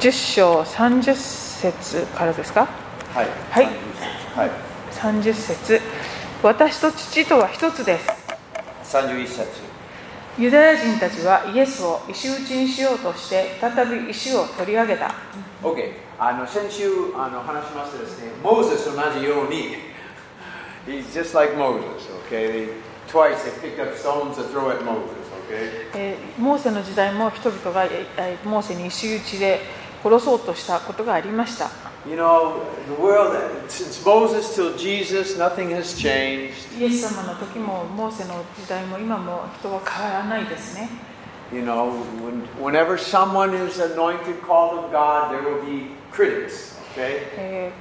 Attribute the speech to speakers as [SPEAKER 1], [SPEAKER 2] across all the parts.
[SPEAKER 1] 10章30節からですか
[SPEAKER 2] はい
[SPEAKER 1] はい
[SPEAKER 2] はい
[SPEAKER 1] 30節私と父とは一つです
[SPEAKER 2] 31節
[SPEAKER 1] ユダヤ人たちはイエスを石打ちにしようとして再び石を取り上げた
[SPEAKER 2] OK あの先週あの話しましたですねモーゼスと同じように He's just like Moses, okay? Twice they picked up stones to throw at Moses, okay?
[SPEAKER 1] えーモーセの時代も人々がえーえーモーセに石打ちで殺そうとしたことがありました
[SPEAKER 2] You know, the world, since Moses till Jesus, nothing has changed.
[SPEAKER 1] イエス様の時もモーセの時代も今も人は変わらないですね
[SPEAKER 2] You know, when, whenever someone is anointed, called of God, there will be critics, okay?
[SPEAKER 1] えー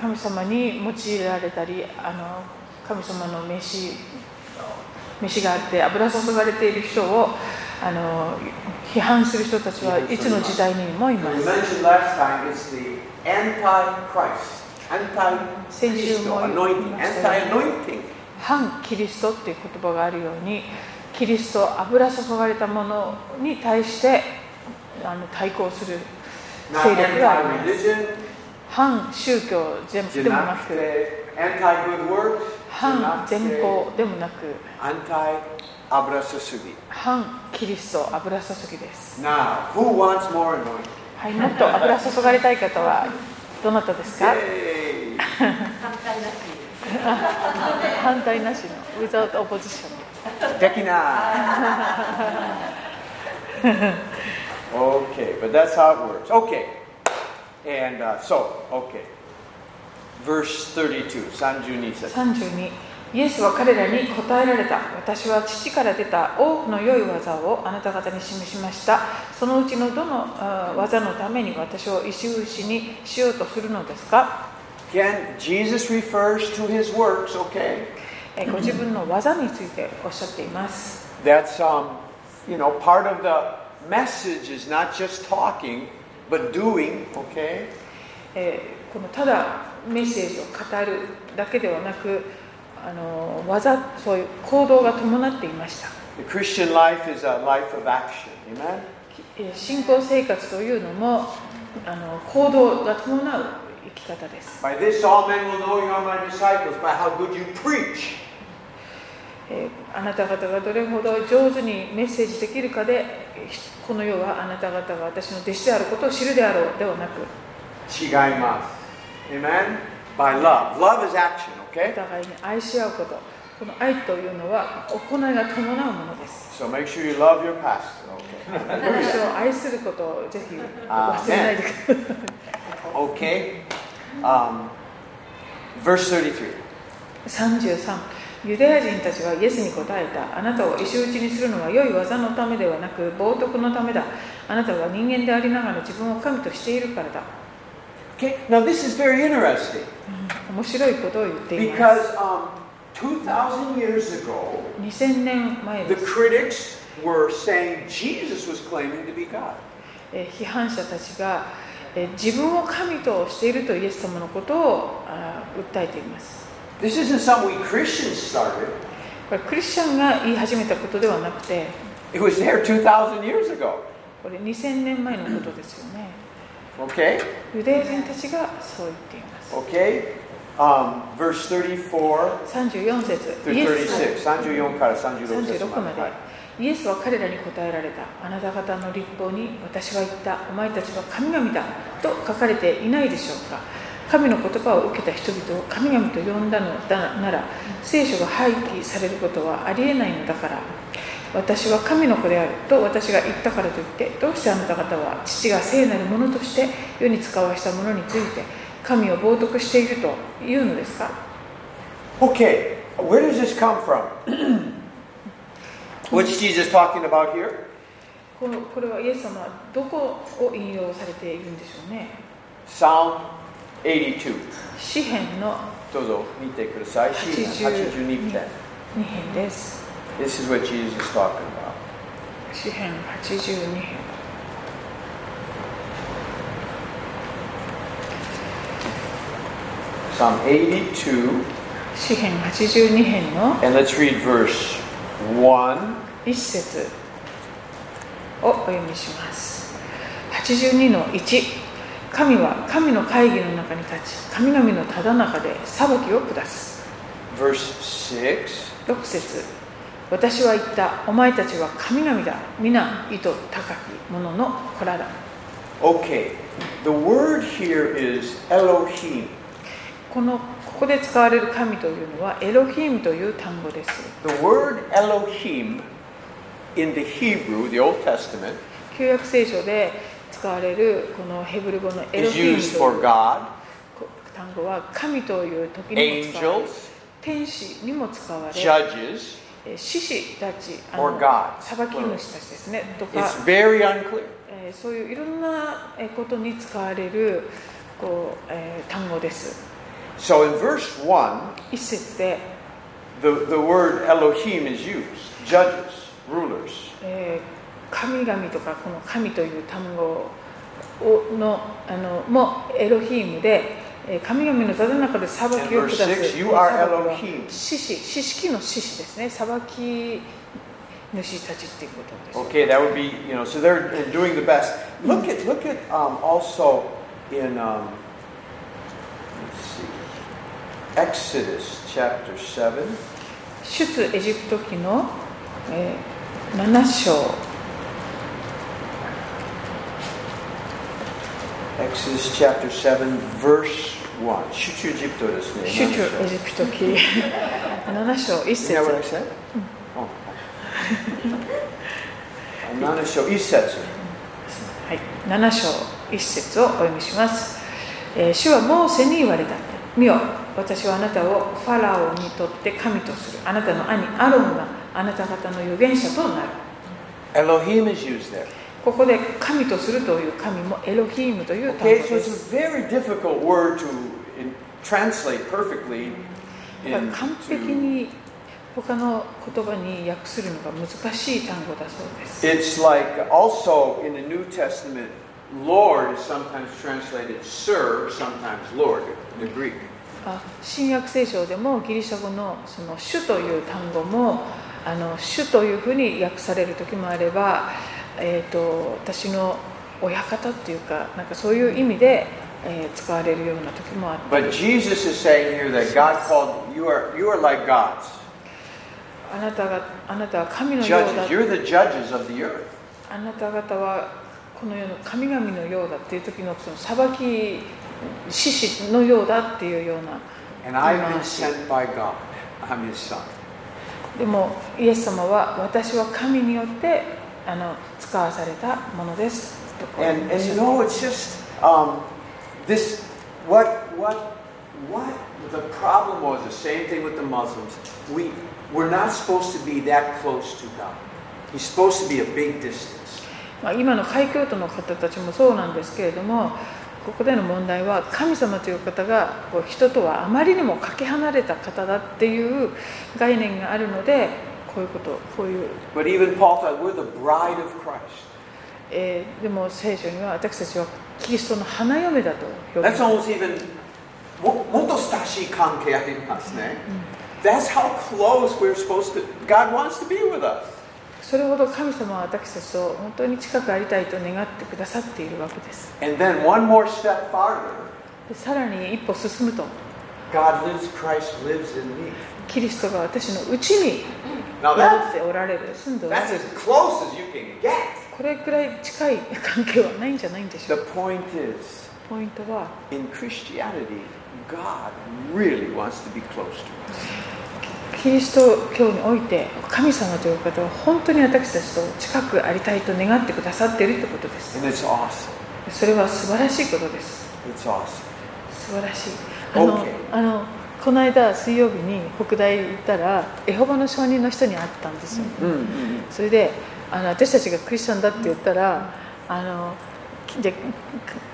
[SPEAKER 1] 神様に用いられたりあの神様の召し召しがあって油注がれている人をあの批判する人たちはいつの時代にもい
[SPEAKER 2] We
[SPEAKER 1] ます
[SPEAKER 2] mentioned last time is the anti-Christ, anti-Christ,
[SPEAKER 1] 先週も言いましたよね。
[SPEAKER 2] anointing, anti-anointing.
[SPEAKER 1] 反キリストっていう言葉があるようにキリスト油注がれたものに対してあの対抗する
[SPEAKER 2] Not
[SPEAKER 1] 勢力があります
[SPEAKER 2] anti-religion,
[SPEAKER 1] 反宗教全部でもなく
[SPEAKER 2] jenakte, anti-good works,
[SPEAKER 1] 反善
[SPEAKER 2] jenakte,
[SPEAKER 1] 行でもなく
[SPEAKER 2] anti-abrasasugi.
[SPEAKER 1] 反キリスト油注ぎです
[SPEAKER 2] Now, who wants more anointing?
[SPEAKER 1] はい、もっと油注がれたい方はどなたですか
[SPEAKER 2] Yay!
[SPEAKER 3] 簡単だし
[SPEAKER 1] 反対なしの without opposition
[SPEAKER 2] Dekina. okay, but that's how it works. Okay. And uh, so, okay. Verse 32, Sanju Nisa.
[SPEAKER 1] 32イエスは彼らに答えられた私は父から出た多くの良い技をあなた方に示しましたそのうちのどのあー技のために私を石牛にしようとするのですか
[SPEAKER 2] Again, Jesus refers to his works, okay?
[SPEAKER 1] えーご自分の技についておっしゃっています
[SPEAKER 2] That's, um, you know, part of the message is not just talking, but doing, okay?
[SPEAKER 1] えーこのただメッセージを語るだけではなくあのー技そういう行動が伴っていました
[SPEAKER 2] The Christian life is a life of action, amen?
[SPEAKER 1] えー信仰生活というのもあの行動が伴う生き方です、
[SPEAKER 2] By this, all men will know you are my disciples, by how good you preach.
[SPEAKER 1] えーあなた方がどれほど上手にメッセージできるかでえーひこの世はあなた方が私の弟子であることを知るであろうではなく
[SPEAKER 2] 違います。Amen? By love. Love is action,
[SPEAKER 1] お
[SPEAKER 2] okay?
[SPEAKER 1] 互いに愛し合うことこの愛というのは行いが伴うものです
[SPEAKER 2] So make sure you love your pastor, okay?
[SPEAKER 1] 私を愛することをぜひ忘れないでください
[SPEAKER 2] Okay? Um, verse 33.
[SPEAKER 1] 33ユダヤ人たちはイエスに答えたあなたを石打ちにするのは良い技のためではなく冒涜のためだあなたは人間でありながら自分を神としているからだ
[SPEAKER 2] Okay, now this is very interesting
[SPEAKER 1] 面白いことを言っています
[SPEAKER 2] because um, 2,000 years ago,
[SPEAKER 1] 2000年前
[SPEAKER 2] the
[SPEAKER 1] です
[SPEAKER 2] critics were saying Jesus was claiming to be God.
[SPEAKER 1] えー批判者たちがえー自分を神としているとイエス様のことをあー訴えています
[SPEAKER 2] This isn't something we Christians started,
[SPEAKER 1] これクリスチャンが言い始めたことではなくて
[SPEAKER 2] it was there 2,000 years ago.
[SPEAKER 1] これ2000年前のことですよね
[SPEAKER 2] Okay?
[SPEAKER 1] ユダヤ人たちがそう言っています
[SPEAKER 2] Okay? Um, verse 34.
[SPEAKER 1] 34節イエスは
[SPEAKER 2] 36 34から36節
[SPEAKER 1] 36
[SPEAKER 2] ま
[SPEAKER 1] ま
[SPEAKER 2] で、
[SPEAKER 1] で、
[SPEAKER 2] はい
[SPEAKER 1] イエスは彼らに答えられたあなた方の立法に私は言ったお前たちは神々だと書かれていないでしょうか神の言葉を受けた人々を神々と呼んだのだなら聖書が廃棄されることはありえないのだから私は神の子であると私が言ったからといってどうしてあなた方は父が聖なるものとして世に使わしたものについて神を冒涜しているというのですか
[SPEAKER 2] Okay, where does this come from? What's Jesus talking about here?
[SPEAKER 1] このこれはイエス様はどこを引用されているんでしょうね
[SPEAKER 2] Psalm 82.
[SPEAKER 1] 詩篇の
[SPEAKER 2] どうぞ見てください。詩篇82
[SPEAKER 1] 82
[SPEAKER 2] 編。
[SPEAKER 1] 2編です
[SPEAKER 2] This is what Jesus is talking about.
[SPEAKER 1] 詩篇82編
[SPEAKER 2] Psalm 82,
[SPEAKER 1] 詩篇82編の
[SPEAKER 2] and let's read verse 1.
[SPEAKER 1] 1節をお読みします82の1神は神の会議の中に立ち神々のただ中で裁きを下す
[SPEAKER 2] Verse 6
[SPEAKER 1] 6節私は言ったお前たちは神々だ皆意図高き者の子らだ
[SPEAKER 2] Okay, the word here is Elohim.
[SPEAKER 1] このここで使われる神というのはエロヒームという単語です
[SPEAKER 2] The word Elohim in the Hebrew, the Old Testament,
[SPEAKER 1] 旧約聖書で使われるこのヘブル語のエロ
[SPEAKER 2] is
[SPEAKER 1] ヒー
[SPEAKER 2] used
[SPEAKER 1] ムとい
[SPEAKER 2] for
[SPEAKER 1] う
[SPEAKER 2] God,
[SPEAKER 1] 単語は神という時にも使われる
[SPEAKER 2] angels,
[SPEAKER 1] 天使にも使われ
[SPEAKER 2] judges.
[SPEAKER 1] えー獅子たち、あ
[SPEAKER 2] Or
[SPEAKER 1] の
[SPEAKER 2] God.
[SPEAKER 1] 裁き主たちですね、とか
[SPEAKER 2] It's、very unclear.
[SPEAKER 1] えーそういういろんなえーことに使われるこう、えー単語です。
[SPEAKER 2] So in verse 1,
[SPEAKER 1] 一節で、
[SPEAKER 2] the, the word Elohim is used judges, rulers.
[SPEAKER 1] えー神々とか、この神という単語をのあのもエロヒームで、えー神々のただ中で裁きを
[SPEAKER 2] And
[SPEAKER 1] 下
[SPEAKER 2] verse
[SPEAKER 1] す。
[SPEAKER 2] six, you
[SPEAKER 1] この
[SPEAKER 2] are
[SPEAKER 1] 裁きは
[SPEAKER 2] Elohim.
[SPEAKER 1] 獅子、獅子記の獅子ですね、裁き主たちっていうことです。
[SPEAKER 2] Okay, that would be, you know, so they're they're doing the best. Look at, look at um, also in, um, let's see, Exodus chapter 7.
[SPEAKER 1] 出エジプト記の、えー7章
[SPEAKER 2] Exodus chapter 7, verse 1. 出エジプトですね。
[SPEAKER 1] 出エ
[SPEAKER 2] 何でしょう
[SPEAKER 1] ジプト記 7章1
[SPEAKER 2] You know what I
[SPEAKER 1] 節
[SPEAKER 2] said? Oh. 7章1節
[SPEAKER 1] はい、7章1節をお読みします、えー主はモーセに言われた見よ私はあなたをファラオにとって神とするあなたの兄アロンがあなた方の預言者となる
[SPEAKER 2] Elohim is used there.
[SPEAKER 1] ここで神とするという神もエロヒームという単語
[SPEAKER 2] Okay, so
[SPEAKER 1] で
[SPEAKER 2] it's a
[SPEAKER 1] す
[SPEAKER 2] very difficult word to in, translate perfectly
[SPEAKER 1] だから完璧
[SPEAKER 2] into.
[SPEAKER 1] に他の言葉に訳するのが難しい単語だそうです
[SPEAKER 2] It's like also in the New Testament, Lord is sometimes translated Sir, sometimes Lord, the Greek.
[SPEAKER 1] あ新約聖書でもギリシャ語のその主という単語もあの主というふうに訳される時もあれば、えー、と私の親方っていうかなんかそういう意味で、えー使われるような時もあって
[SPEAKER 2] But Jesus is saying here that God called you are you are like gods,
[SPEAKER 1] あなたがあなたは神のようだ
[SPEAKER 2] judges. You're the judges of the earth.
[SPEAKER 1] あなた方はこの世の神々のようだっていう時のその裁き獅子のようだっていうような
[SPEAKER 2] And I've been sent by God. I'm his son.
[SPEAKER 1] でもイエス様は私は神によってあの使わされたものですとこう
[SPEAKER 2] And, and you know, it's just um, this what, what, what the problem was the same thing with the Muslims. We, we're not supposed to be that close to God, He's supposed to be a big distance.
[SPEAKER 1] まあ、今の海教徒の方たちもそうなんですけれどもここでの問題は神様という方がこう人とはあまりにもかけ離れた方だっていう概念があるのでこういうことこういう、
[SPEAKER 2] But even Paul thought we're the bride of Christ.
[SPEAKER 1] えーでも聖書には私たちはキリストの花嫁だと表
[SPEAKER 2] That's
[SPEAKER 1] 現
[SPEAKER 2] almost even. mo- motostashi kanke arimasuね. That's how close we're supposed to. God wants to be with us.
[SPEAKER 1] それほど神様は私たちと本当に近くありたいと願ってくださっているわけです
[SPEAKER 2] And then one more step farther
[SPEAKER 1] でさらに一歩進むと
[SPEAKER 2] God lives, Christ lives in me.
[SPEAKER 1] キリストが私のうちに
[SPEAKER 2] Now
[SPEAKER 1] 宿っ
[SPEAKER 2] that's
[SPEAKER 1] ておられる住んでおら
[SPEAKER 2] That's
[SPEAKER 1] れる
[SPEAKER 2] as close as you can get.
[SPEAKER 1] これくらい近い関係はないんじゃないんでしょ
[SPEAKER 2] The
[SPEAKER 1] うか
[SPEAKER 2] point is,
[SPEAKER 1] ポイントは
[SPEAKER 2] in Christianity, God really wants to be close to us.
[SPEAKER 1] キリスト教において神様という方は本当に私たちと近くありたいと願ってくださっているってことです
[SPEAKER 2] And it's awesome.
[SPEAKER 1] それは素晴らしいことです
[SPEAKER 2] It's awesome.
[SPEAKER 1] 素晴らしいあの、
[SPEAKER 2] Okay.
[SPEAKER 1] あのこの間水曜日に北大行ったらエホバの証人の人に会ったんですよ、それであの私たちがクリスチャンだって言ったらあので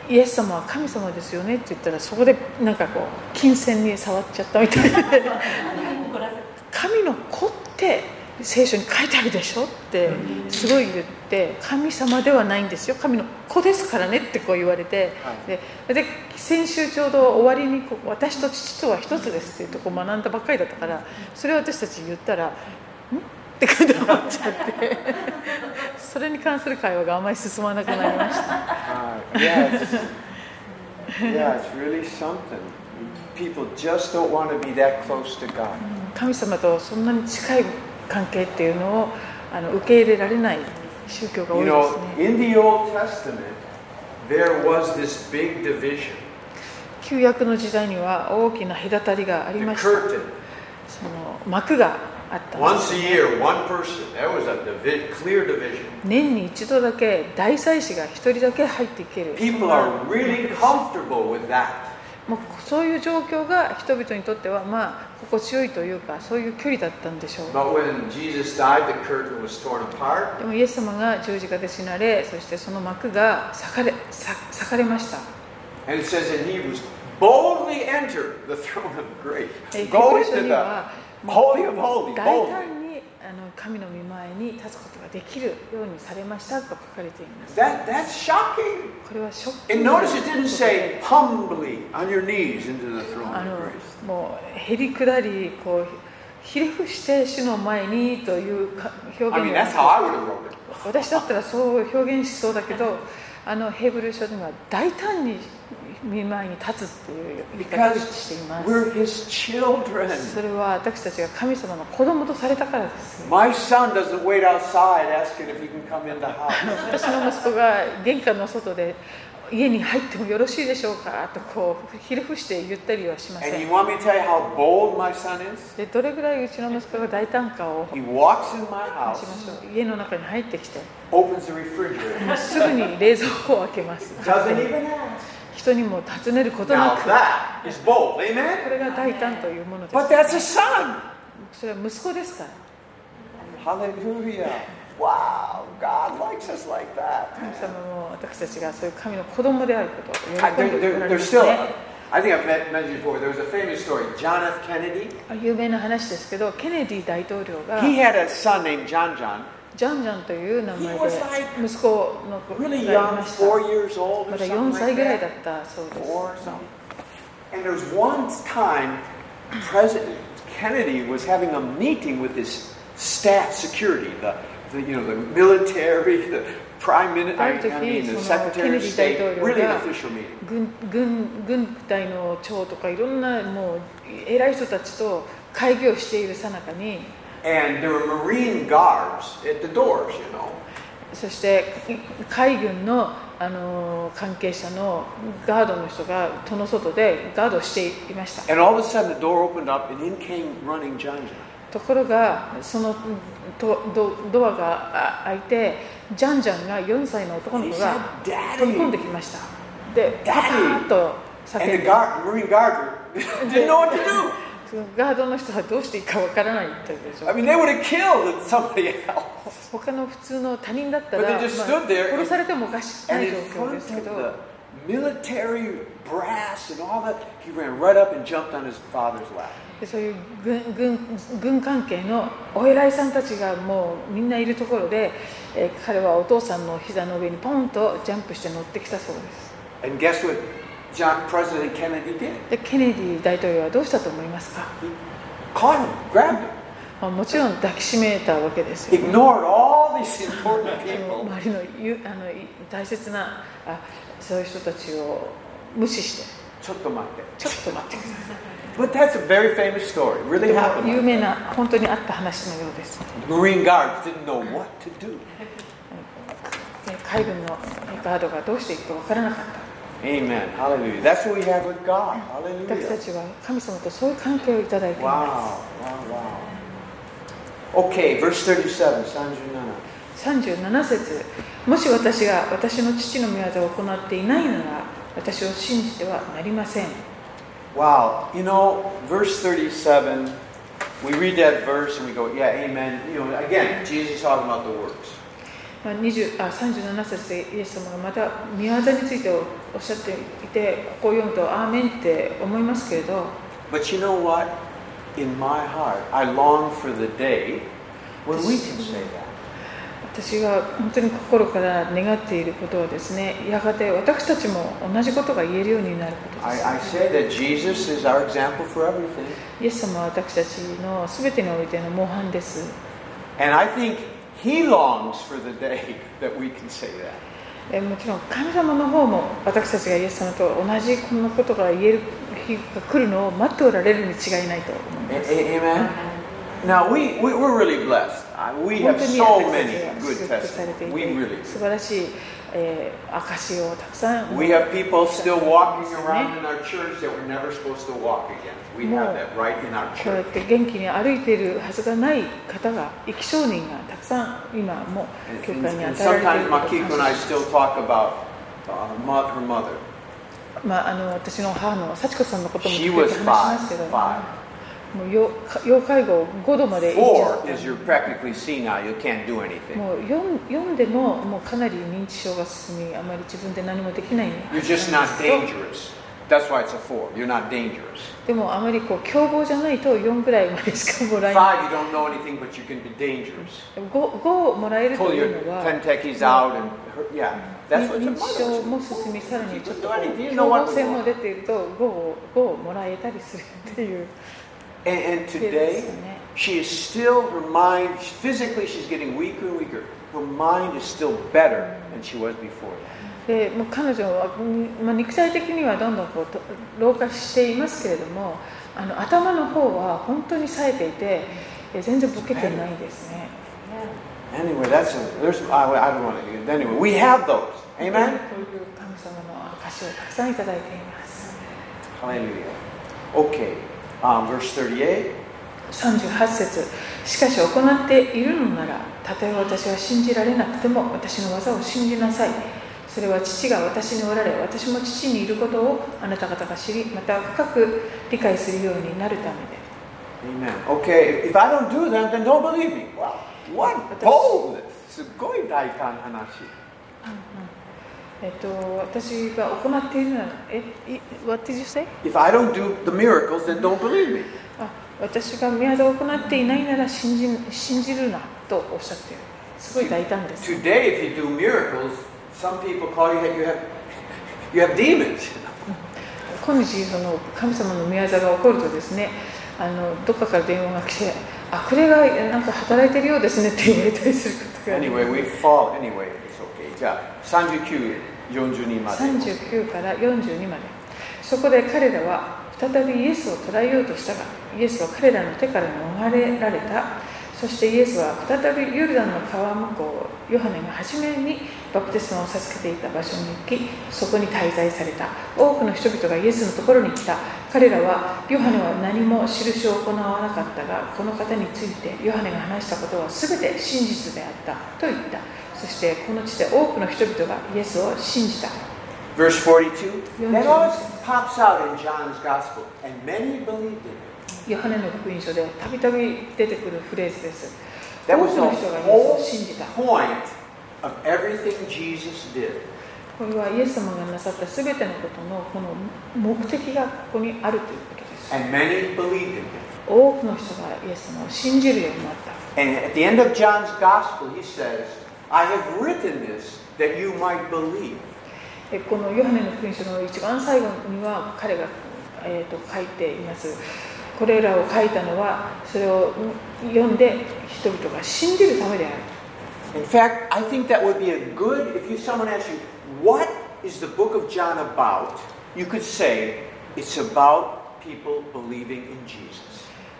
[SPEAKER 1] イエス様は神様ですよねって言ったらそこでなんかこう金銭に触っちゃったみたいで神の子って聖書に書いてあるでしょってすごい言って神様ではないんですよ神の子ですからねってこう言われて、
[SPEAKER 2] はい
[SPEAKER 1] でで先週ちょうど終わりにこう私と父とは一つですっていうとこを学んだばっかりだったからそれを私たち言ったらんってってくると思っちゃってそれに関する会話があまり進まなくなりました
[SPEAKER 2] Uh, yes. yeah, it's really something. People just don't want to be that close to God.
[SPEAKER 1] 神様とそんなに近い関係っていうのをあの受け入れられない宗教が多
[SPEAKER 2] You
[SPEAKER 1] いです
[SPEAKER 2] know,
[SPEAKER 1] ね
[SPEAKER 2] in the Old Testament, there was this big division,
[SPEAKER 1] 旧約の時代には大きな隔たりがあり
[SPEAKER 2] the
[SPEAKER 1] ました
[SPEAKER 2] curtain.
[SPEAKER 1] その幕があったんです
[SPEAKER 2] Once a year, one person. That was a divi- clear division.
[SPEAKER 1] 年に一度だけ大祭司が一人だけ入っていける
[SPEAKER 2] People are really comfortable with that.
[SPEAKER 1] もうそういう状況が人々にとってはまあ心地よいというかそういう距離だったんでしょう
[SPEAKER 2] But when Jesus died, the curtain was torn apart.
[SPEAKER 1] でもイエス様が十字架で死なれそしてその幕が裂かれ裂裂かれました
[SPEAKER 2] And it says in Hebrews, boldly enter the throne of grace.
[SPEAKER 1] えー
[SPEAKER 2] Go
[SPEAKER 1] ヘブル書
[SPEAKER 2] into
[SPEAKER 1] に
[SPEAKER 2] the
[SPEAKER 1] は
[SPEAKER 2] Holy of Holies,
[SPEAKER 1] 大
[SPEAKER 2] boldly.
[SPEAKER 1] 胆にあの神の御前に立つことができるようにされましたと書かれています
[SPEAKER 2] That, that's shocking.
[SPEAKER 1] これはショッキン
[SPEAKER 2] And
[SPEAKER 1] グなこ
[SPEAKER 2] notice
[SPEAKER 1] と
[SPEAKER 2] it didn't
[SPEAKER 1] で
[SPEAKER 2] say humbly on your knees into the throne
[SPEAKER 1] あ
[SPEAKER 2] of
[SPEAKER 1] の
[SPEAKER 2] grace.
[SPEAKER 1] もうへりくだりこうひれ伏して主の前にというか表
[SPEAKER 2] I mean,
[SPEAKER 1] 現
[SPEAKER 2] that's
[SPEAKER 1] が
[SPEAKER 2] how I would have wrote it.
[SPEAKER 1] 私だったらそう表現しそうだけどあのヘーブル書には大胆に見前に立つっていう言い方をしています
[SPEAKER 2] We're his children.
[SPEAKER 1] それは私たちが神様の子供とされたからです
[SPEAKER 2] My son doesn't wait outside asking if he can come in the house.
[SPEAKER 1] 私の息子が玄関の外で家に入ってもよろしいでしょうかとこうひれ伏して言ったりはしませ
[SPEAKER 2] And
[SPEAKER 1] ん
[SPEAKER 2] you want me to tell you how bold my son is?
[SPEAKER 1] でどれぐらいうちの息子が大胆かを
[SPEAKER 2] He walks in my
[SPEAKER 1] 話し
[SPEAKER 2] house,
[SPEAKER 1] ましょう家の中に入ってきて
[SPEAKER 2] opens the refrigerator,
[SPEAKER 1] すぐに冷蔵庫を開けます
[SPEAKER 2] doesn't even ask.
[SPEAKER 1] 人にも尋ねることな
[SPEAKER 2] Now
[SPEAKER 1] く
[SPEAKER 2] that is bold,
[SPEAKER 1] こ
[SPEAKER 2] amen?
[SPEAKER 1] れが大胆というものです
[SPEAKER 2] But that's a son.
[SPEAKER 1] それは息子ですから
[SPEAKER 2] Hallelujah. Wow, God likes us like that.
[SPEAKER 1] 神様も私たちがそういう神の子供であることを喜
[SPEAKER 2] I,
[SPEAKER 1] ん
[SPEAKER 2] there,
[SPEAKER 1] でく
[SPEAKER 2] there,
[SPEAKER 1] れるんで
[SPEAKER 2] there's
[SPEAKER 1] す
[SPEAKER 2] still,
[SPEAKER 1] ね
[SPEAKER 2] I think I've met, mentioned before, there was a famous story. John F. Kennedy,
[SPEAKER 1] 有名な話ですけどケネディ大統領が
[SPEAKER 2] he had a son named John John,
[SPEAKER 1] ジャンジャンという名
[SPEAKER 2] He
[SPEAKER 1] 前
[SPEAKER 2] was like
[SPEAKER 1] で息子の子が
[SPEAKER 2] really
[SPEAKER 1] いま
[SPEAKER 2] young,
[SPEAKER 1] し
[SPEAKER 2] 4
[SPEAKER 1] た
[SPEAKER 2] years old
[SPEAKER 1] ま
[SPEAKER 2] or
[SPEAKER 1] だ
[SPEAKER 2] something
[SPEAKER 1] 4
[SPEAKER 2] like
[SPEAKER 1] 歳ぐらいだっ
[SPEAKER 2] that.
[SPEAKER 1] たそうです
[SPEAKER 2] Four or something. And there was one time President Kennedy was having a meeting with his staff security, the, the you know, the military, the prime minister, I, I mean,
[SPEAKER 1] uh,
[SPEAKER 2] the secretary of state, really an official meeting.
[SPEAKER 1] 軍軍軍隊の長とかいろんなもう偉い人たちと会議をしているさなかに
[SPEAKER 2] And there were Marine guards at the doors, you know.
[SPEAKER 1] そしてい海軍の、あのー関係者のガードの人が戸の外でガードしていました
[SPEAKER 2] And all of a sudden, the door opened up, and in came running John John.
[SPEAKER 1] ところがそのとドドアがあ開いてジャンジャンが4歳の男の
[SPEAKER 2] And
[SPEAKER 1] 子
[SPEAKER 2] he
[SPEAKER 1] が
[SPEAKER 2] said,
[SPEAKER 1] 飛び込んで
[SPEAKER 2] Daddy.
[SPEAKER 1] きましたでパパーッと
[SPEAKER 2] And
[SPEAKER 1] 叫ん
[SPEAKER 2] the
[SPEAKER 1] で
[SPEAKER 2] guard, Marine guard didn't know what to do.
[SPEAKER 1] そのガードの人はどうしていいかわからないってことでし
[SPEAKER 2] I
[SPEAKER 1] ょ
[SPEAKER 2] mean, they would have killed somebody else.
[SPEAKER 1] 他の普通の他人だったら、
[SPEAKER 2] But they just stood there
[SPEAKER 1] 殺されてもおかしくな
[SPEAKER 2] And
[SPEAKER 1] い状
[SPEAKER 2] in
[SPEAKER 1] 況
[SPEAKER 2] front
[SPEAKER 1] ですけ
[SPEAKER 2] of
[SPEAKER 1] ど
[SPEAKER 2] the military brass and all that, he ran right up and jumped on his father's lap.
[SPEAKER 1] でそういう軍軍軍関係のお偉いさんたちがもうみんないるところで、えー彼はお父さんの膝の上にポンとジャンプして乗ってきたそうです
[SPEAKER 2] And guess what John President Kennedy did?
[SPEAKER 1] でケネディ大統領はどうしたと思いますか
[SPEAKER 2] He caught him, grabbed him,
[SPEAKER 1] まあもちろん抱きしめたわけですよ、
[SPEAKER 2] ignored all these important
[SPEAKER 1] あの
[SPEAKER 2] people.
[SPEAKER 1] 周りのゆあのい大切なあそういう人たちを無視して
[SPEAKER 2] ちょっと待って。
[SPEAKER 1] ちょっと待ってください
[SPEAKER 2] But that's a very famous story. Really
[SPEAKER 1] で
[SPEAKER 2] happened.
[SPEAKER 1] も有
[SPEAKER 2] like
[SPEAKER 1] 名な本当にあった話のようです、
[SPEAKER 2] that. Marine guards didn't know what to do.
[SPEAKER 1] で海軍のガードがどうしていくか分からなかった
[SPEAKER 2] Amen. Hallelujah. That's what we have with God.
[SPEAKER 1] 私た
[SPEAKER 2] Hallelujah.
[SPEAKER 1] ちは神様とそういう関係をいただいています
[SPEAKER 2] Wow. Wow. Wow. Okay, verse 37, Sanjunana.
[SPEAKER 1] 37節もし私が私の父の御業を行っていないなら私を信じてはなりません
[SPEAKER 2] Wow. You know, verse 37, we read that verse and we go, yeah, amen. You know, again, Jesus talking about the works.
[SPEAKER 1] まあ20あ37節でイエス様がまた御業についておっしゃっていてここを読むと「アーメン」って思いますけれど
[SPEAKER 2] But you know what? In my heart, I long for the day when we can say that.
[SPEAKER 1] 私が本当に心から願っていることはですねやがて私たちも同じことが言えるようになることです
[SPEAKER 2] I, I say that Jesus is our example for everything.
[SPEAKER 1] イエス様は私たちの全てにおいての模範です
[SPEAKER 2] And I think he longs for the day that we can say that.
[SPEAKER 1] えーもちろん神様の方も私たちがイエス様と同じこのことが言える日が来るのを待っておられるに違いないと思い
[SPEAKER 2] A-
[SPEAKER 1] ます。
[SPEAKER 2] a- amen? Now, we, we, we're really blessed. I- We
[SPEAKER 1] 本
[SPEAKER 2] have
[SPEAKER 1] 当に
[SPEAKER 2] so
[SPEAKER 1] 私た
[SPEAKER 2] many
[SPEAKER 1] ちは
[SPEAKER 2] good
[SPEAKER 1] 祝福されてい
[SPEAKER 2] testimonies. We
[SPEAKER 1] て
[SPEAKER 2] really
[SPEAKER 1] 素晴らしい、えー証をたくさん
[SPEAKER 2] We have people still walking
[SPEAKER 1] ね
[SPEAKER 2] around in our church that were never supposed to walk again. We
[SPEAKER 1] No.
[SPEAKER 2] have that right in our
[SPEAKER 1] こうやっ
[SPEAKER 2] church.
[SPEAKER 1] て元気に歩いているはずがない方が生き証人がたくさん今も
[SPEAKER 2] And,
[SPEAKER 1] 教
[SPEAKER 2] and-
[SPEAKER 1] 会に
[SPEAKER 2] and
[SPEAKER 1] 与えられ
[SPEAKER 2] sometimes
[SPEAKER 1] ていることを
[SPEAKER 2] Makiko and
[SPEAKER 1] 感
[SPEAKER 2] I
[SPEAKER 1] 謝し
[SPEAKER 2] still talk about uh, mo- her mother.
[SPEAKER 1] まあ、あの私の母の幸子さんのことも
[SPEAKER 2] She
[SPEAKER 1] 聞い
[SPEAKER 2] was
[SPEAKER 1] て話しま
[SPEAKER 2] five.
[SPEAKER 1] すけど、
[SPEAKER 2] Five.
[SPEAKER 1] もう要要介護5度までいっちゃ
[SPEAKER 2] Four
[SPEAKER 1] っ
[SPEAKER 2] is
[SPEAKER 1] て
[SPEAKER 2] you're practically senile. You can't do anything.
[SPEAKER 1] もう4 4でももうかなり認知症が進みあまり自分で何もできない
[SPEAKER 2] You're just not dangerous. That's why it's a four. You're not dangerous.
[SPEAKER 1] でもあまりこう凶暴じゃないと4ぐらいまでしかもらえ ない
[SPEAKER 2] Five, you don't know anything, but you can be dangerous.
[SPEAKER 1] 5, 五をもらえると
[SPEAKER 2] Pull
[SPEAKER 1] い
[SPEAKER 2] your
[SPEAKER 1] うのは
[SPEAKER 2] tentechies out and her, yeah. That's what your
[SPEAKER 1] 認
[SPEAKER 2] mother
[SPEAKER 1] 知症も
[SPEAKER 2] was.
[SPEAKER 1] 進みさらにちょっと
[SPEAKER 2] Do
[SPEAKER 1] こ
[SPEAKER 2] anything,
[SPEAKER 1] う
[SPEAKER 2] you
[SPEAKER 1] 凶
[SPEAKER 2] know what
[SPEAKER 1] 暴
[SPEAKER 2] we
[SPEAKER 1] 性も
[SPEAKER 2] want.
[SPEAKER 1] 出ていると5を5をもらえたりするっていう系ですよ
[SPEAKER 2] And, and today,
[SPEAKER 1] ね
[SPEAKER 2] she is still, her mind, physically, she's getting weaker and weaker. Her mind is still better than she was before.
[SPEAKER 1] でもう彼女は、うんまあ、肉体的にはどんどんこうと老化していますけれどもあの頭の方は本当に冴えていてえ全然ボケてないですね
[SPEAKER 2] Anyway, that's, a, there's, I, I don't want to, get- anyway, we have those.
[SPEAKER 1] でこ
[SPEAKER 2] Amen?
[SPEAKER 1] ういう神様の証をたくさんいただいています
[SPEAKER 2] Hallelujah. Okay, um, verse 38.
[SPEAKER 1] 38節しかし行っているのならたとえ私は信じられなくても私の技を信じなさいそれは父が私におられ私も父にいることをあなた方が知りまた深く理解するようになるためで
[SPEAKER 2] Amen. Okay, if, if I don't do them, then don't believe me. Wow, what
[SPEAKER 1] But that's-
[SPEAKER 2] boldness. Sugoi-daikan hanashi.
[SPEAKER 1] えっと、私が行っているのは、え、い What did you say?
[SPEAKER 2] If I don't do the miracles, then don't believe me.
[SPEAKER 1] あ私が宮沢を行っていないなら信じ信じるなとおっしゃっている。すごい大胆です。
[SPEAKER 2] Today, if you do miracles, some people call you that you have, you have demons.
[SPEAKER 1] 今日、その神様の宮沢が起こるとですね、あのどっかから電話が来て、あ、これがなんか働いてるようですねって言われたりすることがあり
[SPEAKER 2] Anyway, we fall. Anyway, it's okay. じゃあ、39、42まで。
[SPEAKER 1] 39から42までそこで彼らは再びイエスを捕らえようとしたがイエスは彼らの手から逃れられたそしてイエスは再びヨルダンの川向こうヨハネが初めにバプテスマを授けていた場所に行きそこに滞在された多くの人々がイエスのところに来た彼らはヨハネは何も印を行わなかったがこの方についてヨハネが話したことは全て真実であったと言ったそしてこの地で多くの人々がイエスを信じた
[SPEAKER 2] Verse 42.
[SPEAKER 1] Yeah.
[SPEAKER 2] That always pops out in John's gospel, and many believed in it.
[SPEAKER 1] ヨハネの福音書でたびたび出てくるフレーズです。多
[SPEAKER 2] That
[SPEAKER 1] く
[SPEAKER 2] was
[SPEAKER 1] の
[SPEAKER 2] the
[SPEAKER 1] 人がイエスを
[SPEAKER 2] whole
[SPEAKER 1] 信じた。
[SPEAKER 2] point of everything Jesus did.
[SPEAKER 1] これはイエス様がなさったすべてのことのこの目的がここにあるということです。
[SPEAKER 2] And many believed in him.
[SPEAKER 1] 多くの人がイエス様を信じるようになった。
[SPEAKER 2] And at the end of John's gospel, he says, I have written this that you might believe.
[SPEAKER 1] えこのヨハネの福音書の一番最後には彼が、えー、と書いています。これらを書いたのはそれを読んで人々が信じるためである。
[SPEAKER 2] In fact, I think that would be a good, if you, someone asked you, what is the book of John about? You could say, it's about people believing in Jesus.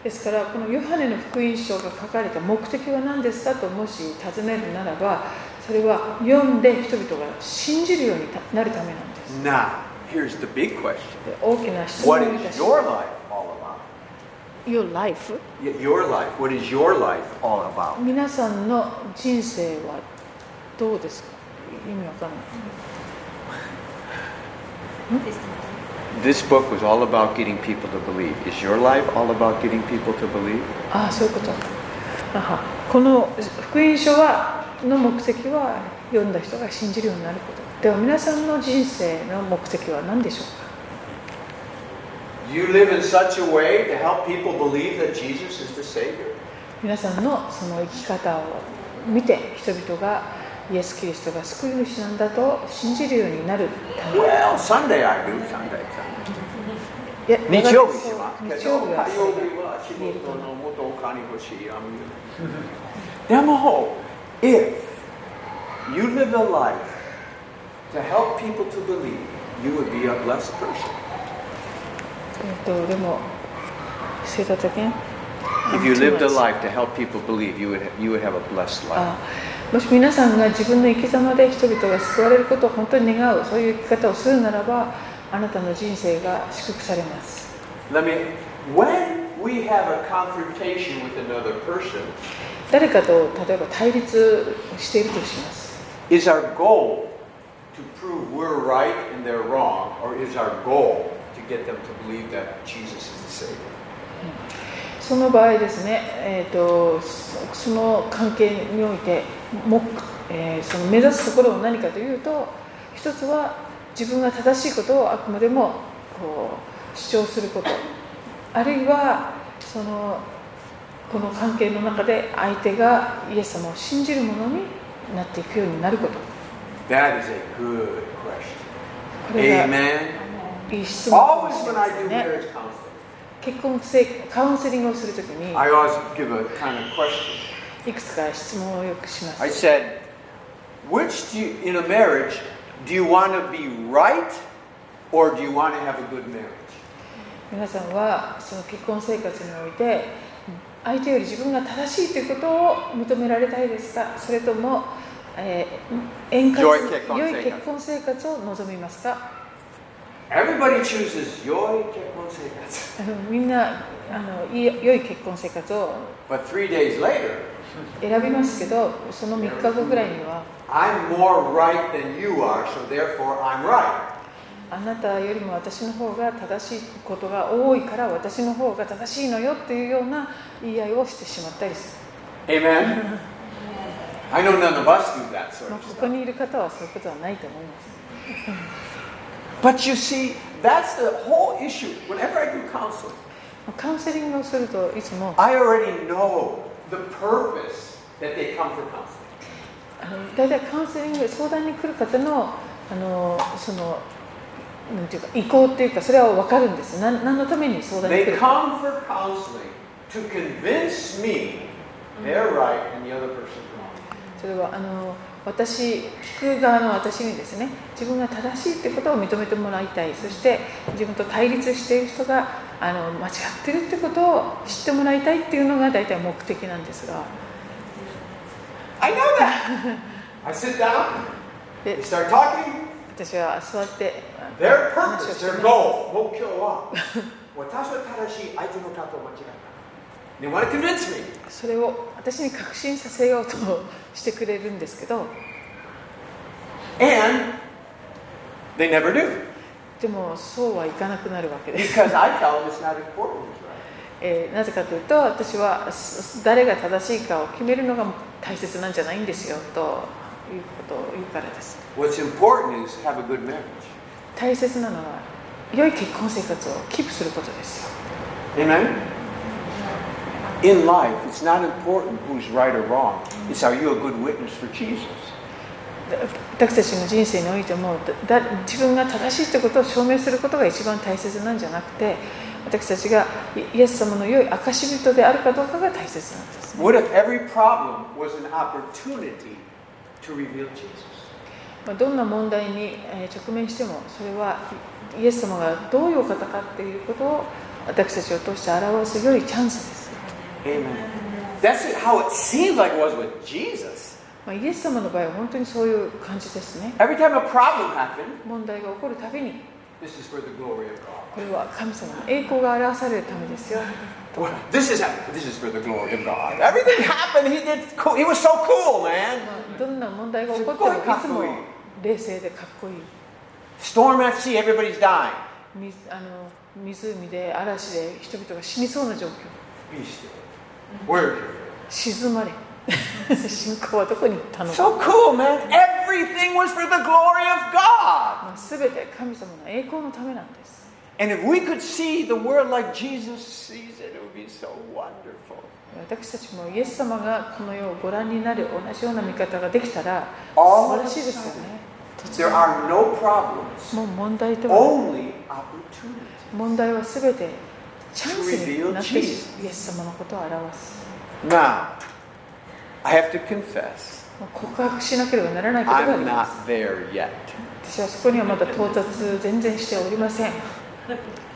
[SPEAKER 1] ですからこのヨハネの福音書が書かれた目的は何ですかともし尋ねるならばそれは読んで人々が信じるようになるためなんです
[SPEAKER 2] Now, here's the big question.
[SPEAKER 1] で大きな質
[SPEAKER 2] What
[SPEAKER 1] 問で
[SPEAKER 2] is
[SPEAKER 1] す
[SPEAKER 2] your life all about?
[SPEAKER 1] Your life?
[SPEAKER 2] Y- Your life. What is your life all about?
[SPEAKER 1] 皆さんの人生はどうですか意味わかんない
[SPEAKER 2] This book was all about getting people to believe. Is your life all about getting people to believe?
[SPEAKER 1] ああそういうことあはこの福音書はの目的は読んだ人が信じるようになることでは皆さんの人生の目的は何でしょうか
[SPEAKER 2] You live in such a way to help people believe that Jesus is the Savior.
[SPEAKER 1] 皆さんのその生き方を見て人々がイエス・キリストが救い主なんだと信じるようになるため
[SPEAKER 2] Well, Sunday I do. Sunday. Sunday.
[SPEAKER 1] いや
[SPEAKER 2] 日曜日し
[SPEAKER 1] そう
[SPEAKER 2] ます
[SPEAKER 1] 日曜日はそう
[SPEAKER 2] 火曜日は仕事の元お金欲しいあの Demo, if you lived a life to help people to believe, you would be a blessed person.
[SPEAKER 1] えっと、でも、せたとけん。
[SPEAKER 2] If you lived a
[SPEAKER 1] あ
[SPEAKER 2] life to help people believe, you would, you would have a blessed life.
[SPEAKER 1] もし皆さんが自分の生き様で人々が救われることを本当に願う、そういう生き方をするならば、あなたの人生が祝福されます。
[SPEAKER 2] Let me, when we have a confrontation with another person,
[SPEAKER 1] 誰かと例えば対立しているとします。
[SPEAKER 2] is our goal to prove we're right and they're wrong, or is our goal to get them to believe that Jesus is the Savior?
[SPEAKER 1] その場合ですね、えー、とそその関係において目、えーその目指すところは何かというと一つは自分が正しいことをあくまでもこう主張することあるいはそのこの関係の中で相手がイエス様を信じるものになっていくようになること
[SPEAKER 2] That is a good question.
[SPEAKER 1] これが
[SPEAKER 2] Amen.
[SPEAKER 1] いい質問かも
[SPEAKER 2] Always
[SPEAKER 1] しれ
[SPEAKER 2] when
[SPEAKER 1] ませ
[SPEAKER 2] I do
[SPEAKER 1] んね
[SPEAKER 2] marriage counseling,
[SPEAKER 1] 結婚せカウンセリングをするときに
[SPEAKER 2] I always give a kind of question.
[SPEAKER 1] いくつか質問をよくします
[SPEAKER 2] I said, which do you, in a marriage, do you want to be right or do you want to have a good marriage?
[SPEAKER 1] 皆さんはその結婚生活において相手より自分が正しいということを認められたいですかそれとも、えー、円滑
[SPEAKER 2] 良い結婚生活
[SPEAKER 1] 良い結婚生活を望みますか
[SPEAKER 2] Everybody chooses yoi kekonsekatsu.
[SPEAKER 1] あのみんなあのい良い結婚生活を
[SPEAKER 2] But three days later,
[SPEAKER 1] 選びますけどその3日後ぐらいには
[SPEAKER 2] I'm more right than you are, so therefore I'm right.
[SPEAKER 1] あなたよりも私の方が正しいことが多いから私の方が正しいのよっていうような言い合いをしてしまったりす
[SPEAKER 2] Amen? I know none of us do that
[SPEAKER 1] る、
[SPEAKER 2] sort
[SPEAKER 1] まあ、
[SPEAKER 2] of
[SPEAKER 1] ここ
[SPEAKER 2] stuff.
[SPEAKER 1] にいる方はそういうことはないと思います
[SPEAKER 2] But you see, that's the whole issue. Whenever I do counseling,
[SPEAKER 1] カウンセリングをするといつも
[SPEAKER 2] I already know the purpose that they come for counseling.
[SPEAKER 1] あの大体カウンセリング相談に来る方のあのそのなんていうか意向っていうかそれは分かるんですなん何のために相談に来
[SPEAKER 2] They
[SPEAKER 1] るか
[SPEAKER 2] come for counseling to convince me they're right and the other person's wrong.
[SPEAKER 1] それはあの私聞く側の私にですね自分が正しいってことを認めてもらいたいそして自分と対立している人があの間違ってるってことを知ってもらいたいっていうのが大体目的なんですが
[SPEAKER 2] I know that. I sit down,
[SPEAKER 1] で
[SPEAKER 2] they start talking,
[SPEAKER 1] 私は座ってあの
[SPEAKER 2] their
[SPEAKER 1] 話を
[SPEAKER 2] purpose,
[SPEAKER 1] してま
[SPEAKER 2] their
[SPEAKER 1] す
[SPEAKER 2] goal, 目標は私は正しい、相手の方を間違いない。They want to convince me.
[SPEAKER 1] それを私に確信させようとしてくれるんですけど
[SPEAKER 2] And they never do.
[SPEAKER 1] でもそうはいかなくなるわけです、
[SPEAKER 2] Because I tell them it's not important who's right.
[SPEAKER 1] えーなぜかというと私はす誰が正しいかを決めるのが大切なんじゃないんですよということを言うからです
[SPEAKER 2] What's important is have a good marriage.
[SPEAKER 1] 大切なのは良い結婚生活をキープすることですよ
[SPEAKER 2] Amen? In life, it's not important who's right or wrong. It's are you a good witness for Jesus?
[SPEAKER 1] だ私たちの人生においてもだだ自分が正しいということを証明することが一番大切なんじゃなくて私たちがイイエス様の良い証人であるかどうかが大切なんです
[SPEAKER 2] What if every problem was an opportunity to reveal Jesus?
[SPEAKER 1] まあ、どんな問題にえー直面してもそれはイエス様がどういうお方かっていうことを私たちを通して表す良いチャンスです、
[SPEAKER 2] Amen. That's it, how it seemed like it was with Jesus.
[SPEAKER 1] まあ、イエス様の場合は本当にそういう感じですね
[SPEAKER 2] Every time a problem happened,
[SPEAKER 1] 問題が起こるたびに
[SPEAKER 2] this is for the glory of God.
[SPEAKER 1] これは神様の栄光が表されるためですよ
[SPEAKER 2] Well, this is this is for the glory of God. Everything happened. He did. Cool. He was so cool, man.
[SPEAKER 1] どんな問題が起こっても
[SPEAKER 2] すっ
[SPEAKER 1] い
[SPEAKER 2] ごいかっ
[SPEAKER 1] つ
[SPEAKER 2] こ
[SPEAKER 1] も
[SPEAKER 2] いい
[SPEAKER 1] 冷静でかっこいい
[SPEAKER 2] Storm at sea. Everybody's dying.
[SPEAKER 1] 水あの湖で嵐で人々が死にそうな状況
[SPEAKER 2] Be still. Where? is your faith?
[SPEAKER 1] 静まれ信仰はどこに行ったのか
[SPEAKER 2] So cool, man. Everything was for the glory of God.
[SPEAKER 1] まあ全て神様の栄光のためなんです
[SPEAKER 2] And if we could see the world like Jesus sees it, it would be so wonderful.
[SPEAKER 1] 私たちもイエス様がこの世をご覧になる同じような見方ができたら素晴
[SPEAKER 2] All of
[SPEAKER 1] ら
[SPEAKER 2] a
[SPEAKER 1] しいですよ
[SPEAKER 2] sudden,
[SPEAKER 1] ね。
[SPEAKER 2] there are no problems,
[SPEAKER 1] もう問題では
[SPEAKER 2] only opportunities.
[SPEAKER 1] 問題はすべてチャンスになって
[SPEAKER 2] To reveal Jesus.
[SPEAKER 1] イエス様のことを表す。
[SPEAKER 2] Now, I have to confess,
[SPEAKER 1] 告白しなければならないことがあり
[SPEAKER 2] I'm
[SPEAKER 1] ます
[SPEAKER 2] not there yet.
[SPEAKER 1] 私はそこにはまだ到達全然しておりません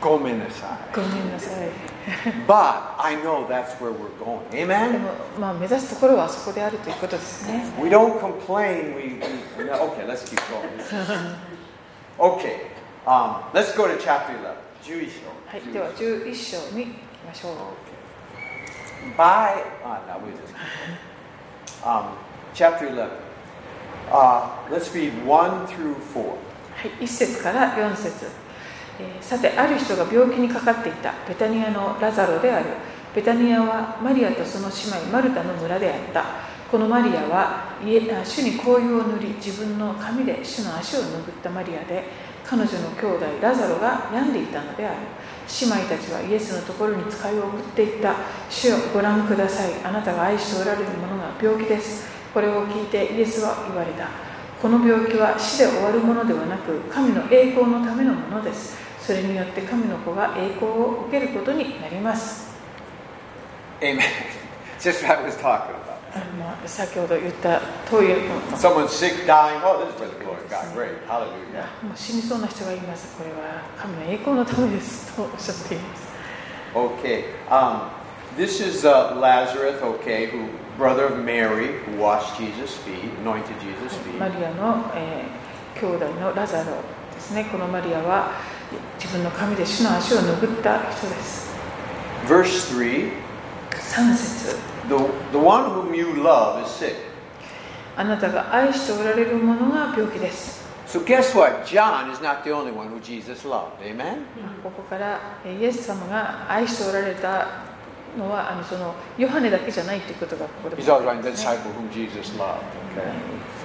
[SPEAKER 2] Gomenasai.
[SPEAKER 1] ごめんなさい
[SPEAKER 2] But I know that's where we're going.
[SPEAKER 1] で
[SPEAKER 2] Amen?
[SPEAKER 1] もまあ目指すところはそこであるということですね
[SPEAKER 2] We don't complain. We, we no, okay. Let's keep going. okay, um, let's go to chapter eleven. Jewish.
[SPEAKER 1] はいでは11章に行きましょう
[SPEAKER 2] Okay. By ah, no, we just keep going. um, chapter eleven. Uh, let's read one through four.
[SPEAKER 1] はい、1節から4節、えーさてある人が病気にかかっていたベタニアのラザロであるベタニアはマリアとその姉妹マルタの村であったこのマリアは家あ主に香油を塗り自分の髪で主の足を拭ったマリアで彼女の兄弟ラザロが病んでいたのである姉妹たちはイエスのところに使いを送っていった主よご覧くださいあなたが愛しておられる者が病気ですこれを聞いてイエスは言われたこの病気は死で終わるものではなく神の栄光のためのものですそれによって神の子が栄光を受けることになります
[SPEAKER 2] Amen. just what I was talking about.
[SPEAKER 1] あの先ほど言ったというも
[SPEAKER 2] Someone sick, dying. Oh, this is for the glory of God. Great. Hallelujah.
[SPEAKER 1] う死にそうな人がいますこれは神の栄光のためですとおっしゃっています
[SPEAKER 2] Okay. Um, this is uh, Lazarus, okay, who brother of Mary, who washed Jesus' feet, anointed Jesus'
[SPEAKER 1] マ
[SPEAKER 2] feet.
[SPEAKER 1] リアの、えー兄弟のラザロですねこのマリアは自分の髪で主の足を拭った人です
[SPEAKER 2] Verse 3
[SPEAKER 1] 3節
[SPEAKER 2] the, the one whom you love is sick.
[SPEAKER 1] あなたが愛しておられるものが病気です
[SPEAKER 2] So guess what? John is not the only one who Jesus loved. Amen?
[SPEAKER 1] ここからえーイエス様が愛しておられたのはあのそのヨハネだけじゃないということがここで
[SPEAKER 2] He's
[SPEAKER 1] 分か
[SPEAKER 2] also
[SPEAKER 1] り
[SPEAKER 2] one
[SPEAKER 1] ますね
[SPEAKER 2] disciple whom Jesus loved. Okay.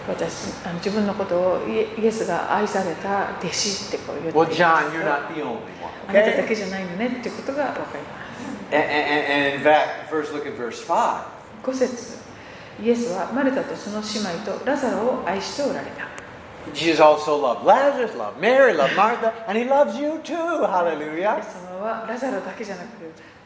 [SPEAKER 1] 私あの自分のことをイエイエスが愛された弟子ってこう言っている
[SPEAKER 2] Well, John, you're not the only one.
[SPEAKER 1] あなただ
[SPEAKER 2] Okay?
[SPEAKER 1] けじゃないのねっていうことが分かります
[SPEAKER 2] And, and, and in fact, first look at verse 5.
[SPEAKER 1] 5節イエスはマルタとその姉妹とラザロを愛しておられた
[SPEAKER 2] Jesus also loved Lazarus, loved Mary, loved Martha, and he loves you too.
[SPEAKER 1] イエ
[SPEAKER 2] Hallelujah.
[SPEAKER 1] ス様はラザロだけじゃなく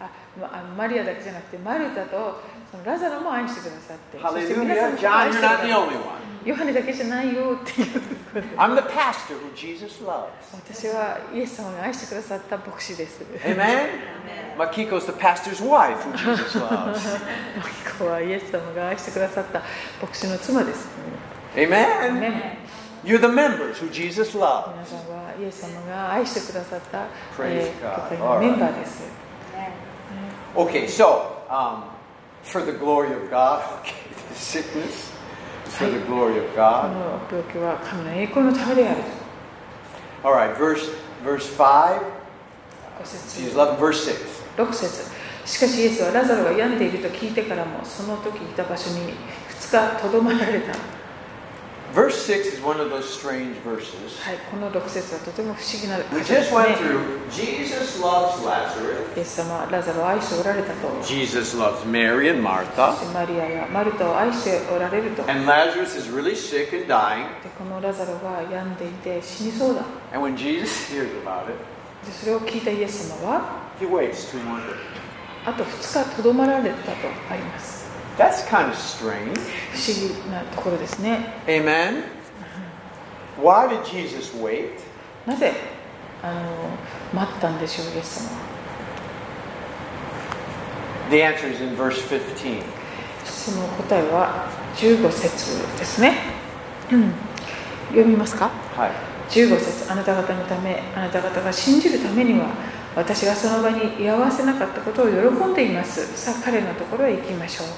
[SPEAKER 1] あまあのマリアだけじゃなくてマルタとそのラザロも愛してくださってそして皆さん
[SPEAKER 2] Hallelujah.
[SPEAKER 1] も愛
[SPEAKER 2] John,
[SPEAKER 1] し
[SPEAKER 2] you're
[SPEAKER 1] てくだ
[SPEAKER 2] not
[SPEAKER 1] さ
[SPEAKER 2] the
[SPEAKER 1] っ
[SPEAKER 2] only one.
[SPEAKER 1] てヨハネだけじゃないよっていうところ
[SPEAKER 2] I'm the pastor who Jesus loves.
[SPEAKER 1] 私はイエス様が愛してくださった牧師です。
[SPEAKER 2] Amen? Makiko's the pastor's wife who Jesus loves.
[SPEAKER 1] マキコはイエス様が愛してくださった牧師の妻です。
[SPEAKER 2] Amen?
[SPEAKER 1] ね、
[SPEAKER 2] You're the members who Jesus loves.
[SPEAKER 1] 皆さんはイエス様が愛してくださった、
[SPEAKER 2] Praise
[SPEAKER 1] 教
[SPEAKER 2] God.
[SPEAKER 1] 会のメンバーです。
[SPEAKER 2] Okay, so, um, for the glory of God, okay, the sickness is for the glory of
[SPEAKER 1] こ
[SPEAKER 2] God.
[SPEAKER 1] の病気は神の栄光のためである。
[SPEAKER 2] All right, verse, verse 5,
[SPEAKER 1] 5節
[SPEAKER 2] Jesus loved verse 6.
[SPEAKER 1] 6節しかしイエスはラザロが病んでいると聞いてからもその時いた場所に2日とどまられた、は
[SPEAKER 2] Verse 6 is one of those strange verses.
[SPEAKER 1] い、この6節はとても不思議な
[SPEAKER 2] We
[SPEAKER 1] 箇所で
[SPEAKER 2] just
[SPEAKER 1] す
[SPEAKER 2] went
[SPEAKER 1] ね
[SPEAKER 2] through Jesus loves Lazarus.
[SPEAKER 1] イエス様はラザロを愛しておられたと
[SPEAKER 2] Jesus loves Mary and
[SPEAKER 1] そ
[SPEAKER 2] Martha.
[SPEAKER 1] してマリアやマルタを愛しておられると
[SPEAKER 2] And Lazarus is really sick and dying.
[SPEAKER 1] でこのラザロが病んでいて死にそうだ
[SPEAKER 2] And when Jesus hears about it,
[SPEAKER 1] でそれを聞いたイエス様は
[SPEAKER 2] he waits two more days.
[SPEAKER 1] あと2日とどまられたとあります
[SPEAKER 2] That's kind of
[SPEAKER 1] 不
[SPEAKER 2] strange.
[SPEAKER 1] 思議なところですね
[SPEAKER 2] Amen. Why did Jesus wait?
[SPEAKER 1] なぜあの待ったんでしょうイエス様は
[SPEAKER 2] The answer is in verse 15.
[SPEAKER 1] その答えは15節ですね、うん、読みますか
[SPEAKER 2] Hi.
[SPEAKER 1] 15節あなた方のためあなた方が信じるためには私がその場に居合わせなかったことを喜んでいますさあ彼のところへ行きましょう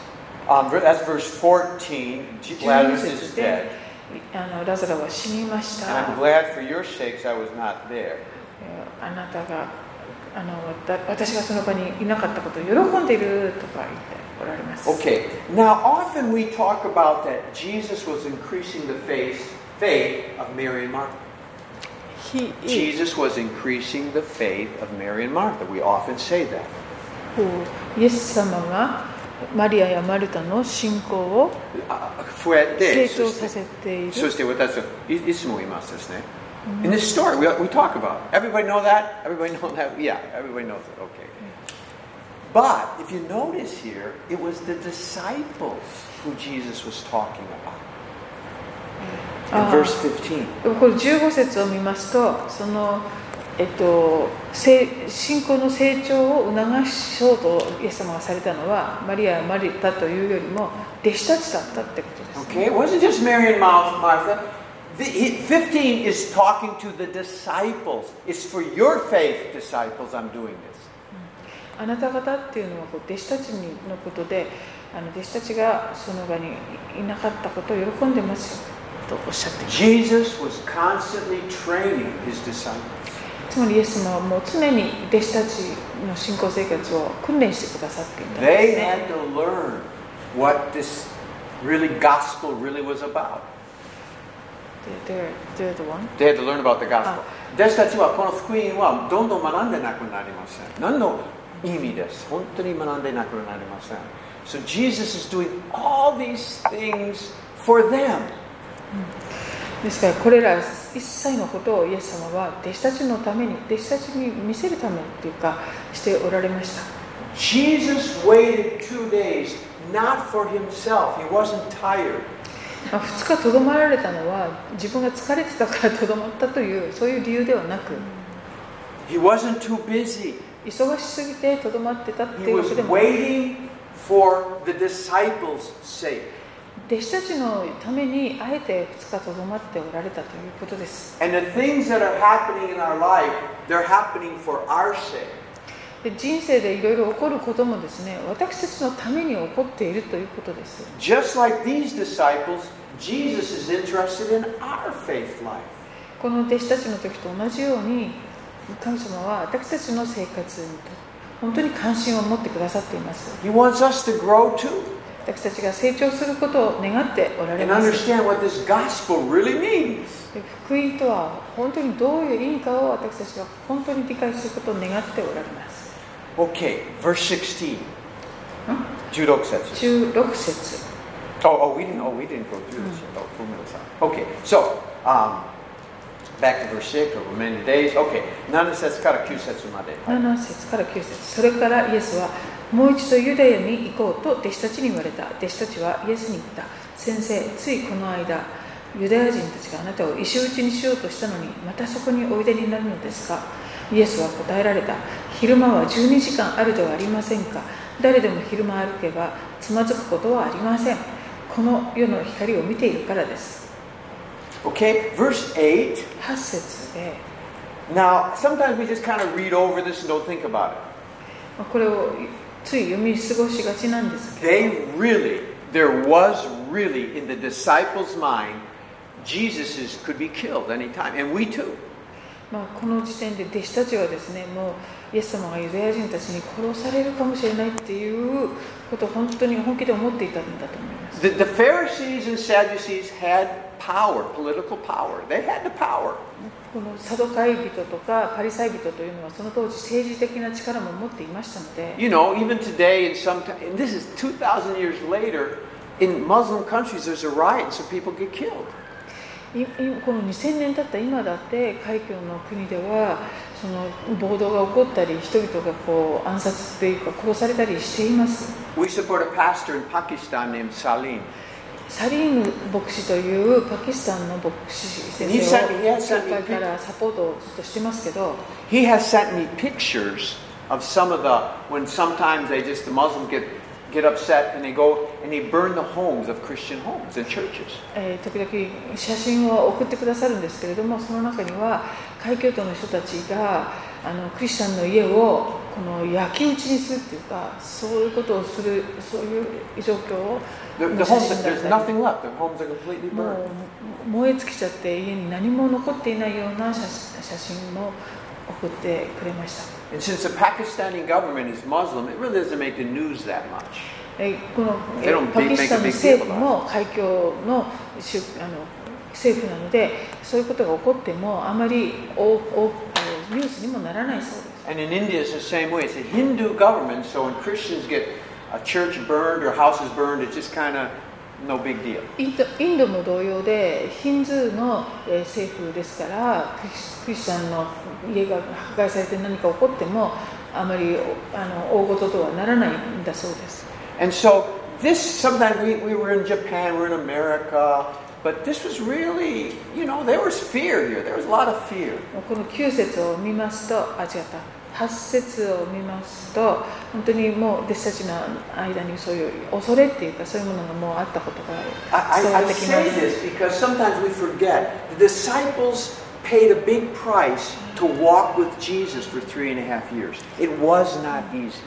[SPEAKER 2] Um, ver- that's verse 14. Je-
[SPEAKER 1] 14
[SPEAKER 2] Lazarus is
[SPEAKER 1] 節で
[SPEAKER 2] dead.
[SPEAKER 1] あのラザロは死にまし
[SPEAKER 2] And
[SPEAKER 1] た
[SPEAKER 2] I'm glad for your sakes I was not there.
[SPEAKER 1] えーあなたがあのわた私がその場にいなかったことを喜んでいるとか言っておられます、
[SPEAKER 2] Okay, now often we talk about that Jesus was increasing the faith, faith of Mary and Martha.
[SPEAKER 1] He is
[SPEAKER 2] Jesus was increasing the faith of Mary and Martha. We often say that.
[SPEAKER 1] こうイエス様がマリアやマルタの信仰を
[SPEAKER 2] Ah, Fue
[SPEAKER 1] 成
[SPEAKER 2] de-
[SPEAKER 1] 長させている
[SPEAKER 2] そして私はいいつも言いますですね。In this story, we, we talk about it. everybody know that. Everybody know that. Yeah, everybody knows it. Okay. But if you notice here, it was the disciples who Jesus was talking about. In
[SPEAKER 1] Ah.
[SPEAKER 2] verse 15,
[SPEAKER 1] これ15節を見ますとその、えっと、せ信仰の成長を促そうとイエス様がされたのはマリアやマリタというよりも弟子たちだったってことです、
[SPEAKER 2] okay, it wasn't just Mary and Mar- Martha. The- he- 15 is talking to the disciples. It's for your faith, disciples, I'm doing this.
[SPEAKER 1] あなた方っていうのはこう弟子たちにのことであの弟子たちがその場にいなかったことを喜んでますよとおっしゃっています
[SPEAKER 2] Jesus was constantly training his disciples.
[SPEAKER 1] つまりイエス様はもう常に弟子たちの信仰生活を訓練してくださっていたんで
[SPEAKER 2] They
[SPEAKER 1] すね
[SPEAKER 2] had to learn what this really gospel really was about.
[SPEAKER 1] They're- they're the one.
[SPEAKER 2] They had to learn about the gospel. 弟子たちはこの福音はどんどん学んでなくなりません。何の意味です。本当に学んでなくなりません。So Jesus is doing all these things for them.
[SPEAKER 1] ですからこれら一切のことをイエス様は弟子たちのために弟子たちに見せるためにというかしておられました
[SPEAKER 2] Jesus waited two days, not for himself. He wasn't tired.
[SPEAKER 1] まあ2日とどまられたのは自分が疲れてたからとどまったというそういう理由ではなく
[SPEAKER 2] He wasn't too busy.
[SPEAKER 1] 忙しすぎてとどまってたってい
[SPEAKER 2] He
[SPEAKER 1] うわ
[SPEAKER 2] was
[SPEAKER 1] けでもない
[SPEAKER 2] waiting for the disciples' sake.
[SPEAKER 1] 弟子たちのためにあえて2日とどまっておられたということです
[SPEAKER 2] And the things that are happening in our life, they're happening for our sake.
[SPEAKER 1] で人生でいろいろ起こることもですね私たちのために起こっているということです
[SPEAKER 2] Just like these disciples, Jesus is interested in our faith life.
[SPEAKER 1] この弟子たちの時と同じように神様は私たちの生活にと本当に関心を持ってくださっています
[SPEAKER 2] He wants us to grow too
[SPEAKER 1] 私たちが成長することを願っておられ
[SPEAKER 2] and
[SPEAKER 1] ます
[SPEAKER 2] understand what this gospel really means.
[SPEAKER 1] で福音とは本当にどういう意味かを私たちが本当に理解することを願っておられます
[SPEAKER 2] Okay, verse 16. Judo says.
[SPEAKER 1] 16節
[SPEAKER 2] Oh, oh, we didn't. Oh, we didn't go through this. yet. Oh, four minutes out. Okay, so um, back to verse six. Over many days. Okay, none says kara kyu setsu made.
[SPEAKER 1] 7節から9節それからイエスはもう一度ユダヤに行こうと弟子たちに言われた弟子たちはイエスに言った先生ついこの間ユダヤ人たちがあなたを石打ちにしようとしたのにまたそこにおいでになるのですかイエスは答えられた昼間は12時間あるではありませんか誰でも昼間歩けばつまずくことはありませんこの世の光を見ているからです
[SPEAKER 2] Okay, verse eight.
[SPEAKER 1] 8節で
[SPEAKER 2] Now, sometimes we just kind of read over this and don't think about it.
[SPEAKER 1] まあこれをつい読み過ごしがちなんですけど
[SPEAKER 2] They really, there was really in the disciples' mind, Jesus is, could be killed anytime, and we too.
[SPEAKER 1] まあ、この時点で弟子たちはですねもうイエス様がユダヤ人たちに殺されるかもしれないっていうことを本当に本気で思っていたんだと思います
[SPEAKER 2] The, the Pharisees and Sadducees had power, political power. They had the power.
[SPEAKER 1] このサドカイ人とかパリサイ人というのはその当時政治的な力も持っていましたので
[SPEAKER 2] You know, even today, and sometimes, and this is 2,000 years later, in Muslim countries, there's a riot, and so people get killed.
[SPEAKER 1] いいこの2000年経った今だって海峡の国ではその暴動が起こったり人々がこう暗殺というか殺されたりしています
[SPEAKER 2] We support a pastor in Pakistan named Salim.
[SPEAKER 1] サリーム牧師というパキスタンの牧師先
[SPEAKER 2] 日
[SPEAKER 1] 生
[SPEAKER 2] 産
[SPEAKER 1] を
[SPEAKER 2] 日産
[SPEAKER 1] 教会からサポートをずっとしてますけど
[SPEAKER 2] He has sent me pictures of some of the when sometimes they just the Muslims get get upset and they go and they burn the homes of Christian homes and churches.
[SPEAKER 1] えー時々写真を送ってくださるんですけれどもその中には海峡都の人たちがあのクリスチャンの家をこの焼き討ちにするっていうかそういうことをするそういう状況を
[SPEAKER 2] The, the
[SPEAKER 1] の写
[SPEAKER 2] homes
[SPEAKER 1] 真
[SPEAKER 2] there's
[SPEAKER 1] だったり
[SPEAKER 2] nothing left. Their homes are completely
[SPEAKER 1] もう
[SPEAKER 2] burned.
[SPEAKER 1] 燃え尽きちゃって家に何も残っていないような写写真も送ってくれました。
[SPEAKER 2] And since the Pakistani government is Muslim, it really doesn't make the news that much.
[SPEAKER 1] えーこのえ
[SPEAKER 2] They
[SPEAKER 1] ー
[SPEAKER 2] don't
[SPEAKER 1] パキスタン
[SPEAKER 2] make a
[SPEAKER 1] の政
[SPEAKER 2] big deal
[SPEAKER 1] 府も海峡のしゅあの政府なのでそういうことが起こってもあまりおおえーニュースにもならないそうです
[SPEAKER 2] And in India, it's the same way. It's a Hindu government, so when Christians get a church burned or houses burned, it's just kind of no big deal.
[SPEAKER 1] インドインドも同様でヒンズーのえー政府ですからクリスクリスチャンの家が破壊されて何か起こってもあまりおあの大事とはならないんだそうです
[SPEAKER 2] And so this sometimes we, we were in Japan, we're in America, but this was really, you know, there was fear here. There was a lot of fear.
[SPEAKER 1] この9節を見ますと、あ、違った、8節を見ますと、本当にもう弟子たちの間にそういう恐れっていうか、そういうものがもうあったことが
[SPEAKER 2] I,
[SPEAKER 1] 伝わ
[SPEAKER 2] I,
[SPEAKER 1] っ
[SPEAKER 2] I
[SPEAKER 1] てきま
[SPEAKER 2] say
[SPEAKER 1] す。
[SPEAKER 2] this because sometimes we forget the disciples paid a big price to walk with Jesus for three and a half years. It was not easy.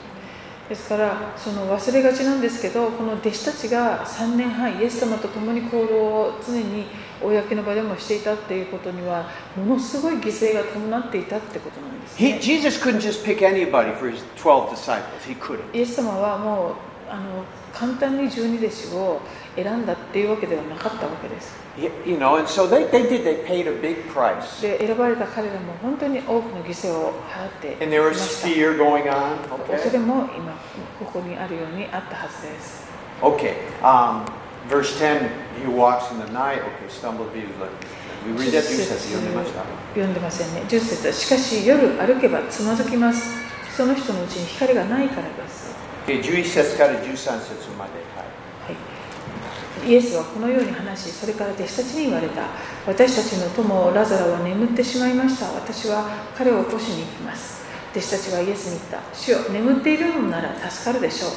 [SPEAKER 1] ですから、その忘れがちなんですけど、この弟子たちが3年半、イエス様と共に行動を常に公の場でもしていたっていうことには、ものすごい犠牲が伴っていたってことなんです、ね
[SPEAKER 2] He, Jesus couldn't just pick anybody for his 12 disciples. He couldn't.
[SPEAKER 1] イエス様はもうあの簡単に十二弟子を選んだっていうわけではなかったわけです。
[SPEAKER 2] He- you know, and so they, they did. They paid a big price.
[SPEAKER 1] で選ばれた彼らも本当に多くの犠牲を払ってい
[SPEAKER 2] And there
[SPEAKER 1] ま
[SPEAKER 2] was
[SPEAKER 1] し
[SPEAKER 2] fear going on.
[SPEAKER 1] た。恐
[SPEAKER 2] Okay.
[SPEAKER 1] れも今ここにあるようにあったはずです。
[SPEAKER 2] Okay. Um, verse 10, he walks in the night. Okay, stumbled be like. We read that. You said, you only must have.
[SPEAKER 1] 読んでませんね。10節はしかし夜歩けばつまずきます。その人のうちに光がないからです。
[SPEAKER 2] Okay, 11節から13節まで。はい
[SPEAKER 1] はい、イエスはこのように話しそれから弟子たちに言われた私たちの友ラザロは眠ってしまいました私は彼を起こしに行きます弟子たちはイエスに言った主よ眠っているのなら助かるでしょ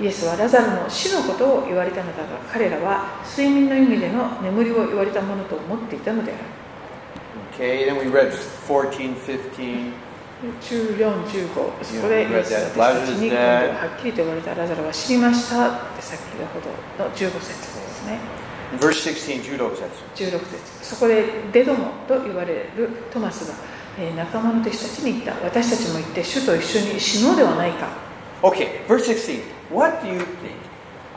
[SPEAKER 1] うイエスはラザロの死のことを言われたのだが彼らは睡眠の意味での眠りを言われたものと思っていたのである
[SPEAKER 2] Okay, then we read 14, 15.
[SPEAKER 1] 1415それイエスは弟子たちに今度ははっきりと言われたラザロは死にましたって先ほどの15節ですね
[SPEAKER 2] In Verse 16, judo says.
[SPEAKER 1] 16節そこでデドモと言われるトマスが、えー仲間の弟子たちに言った私たちも行って主と一緒に死のうではないか
[SPEAKER 2] Okay, verse 16. What do you think?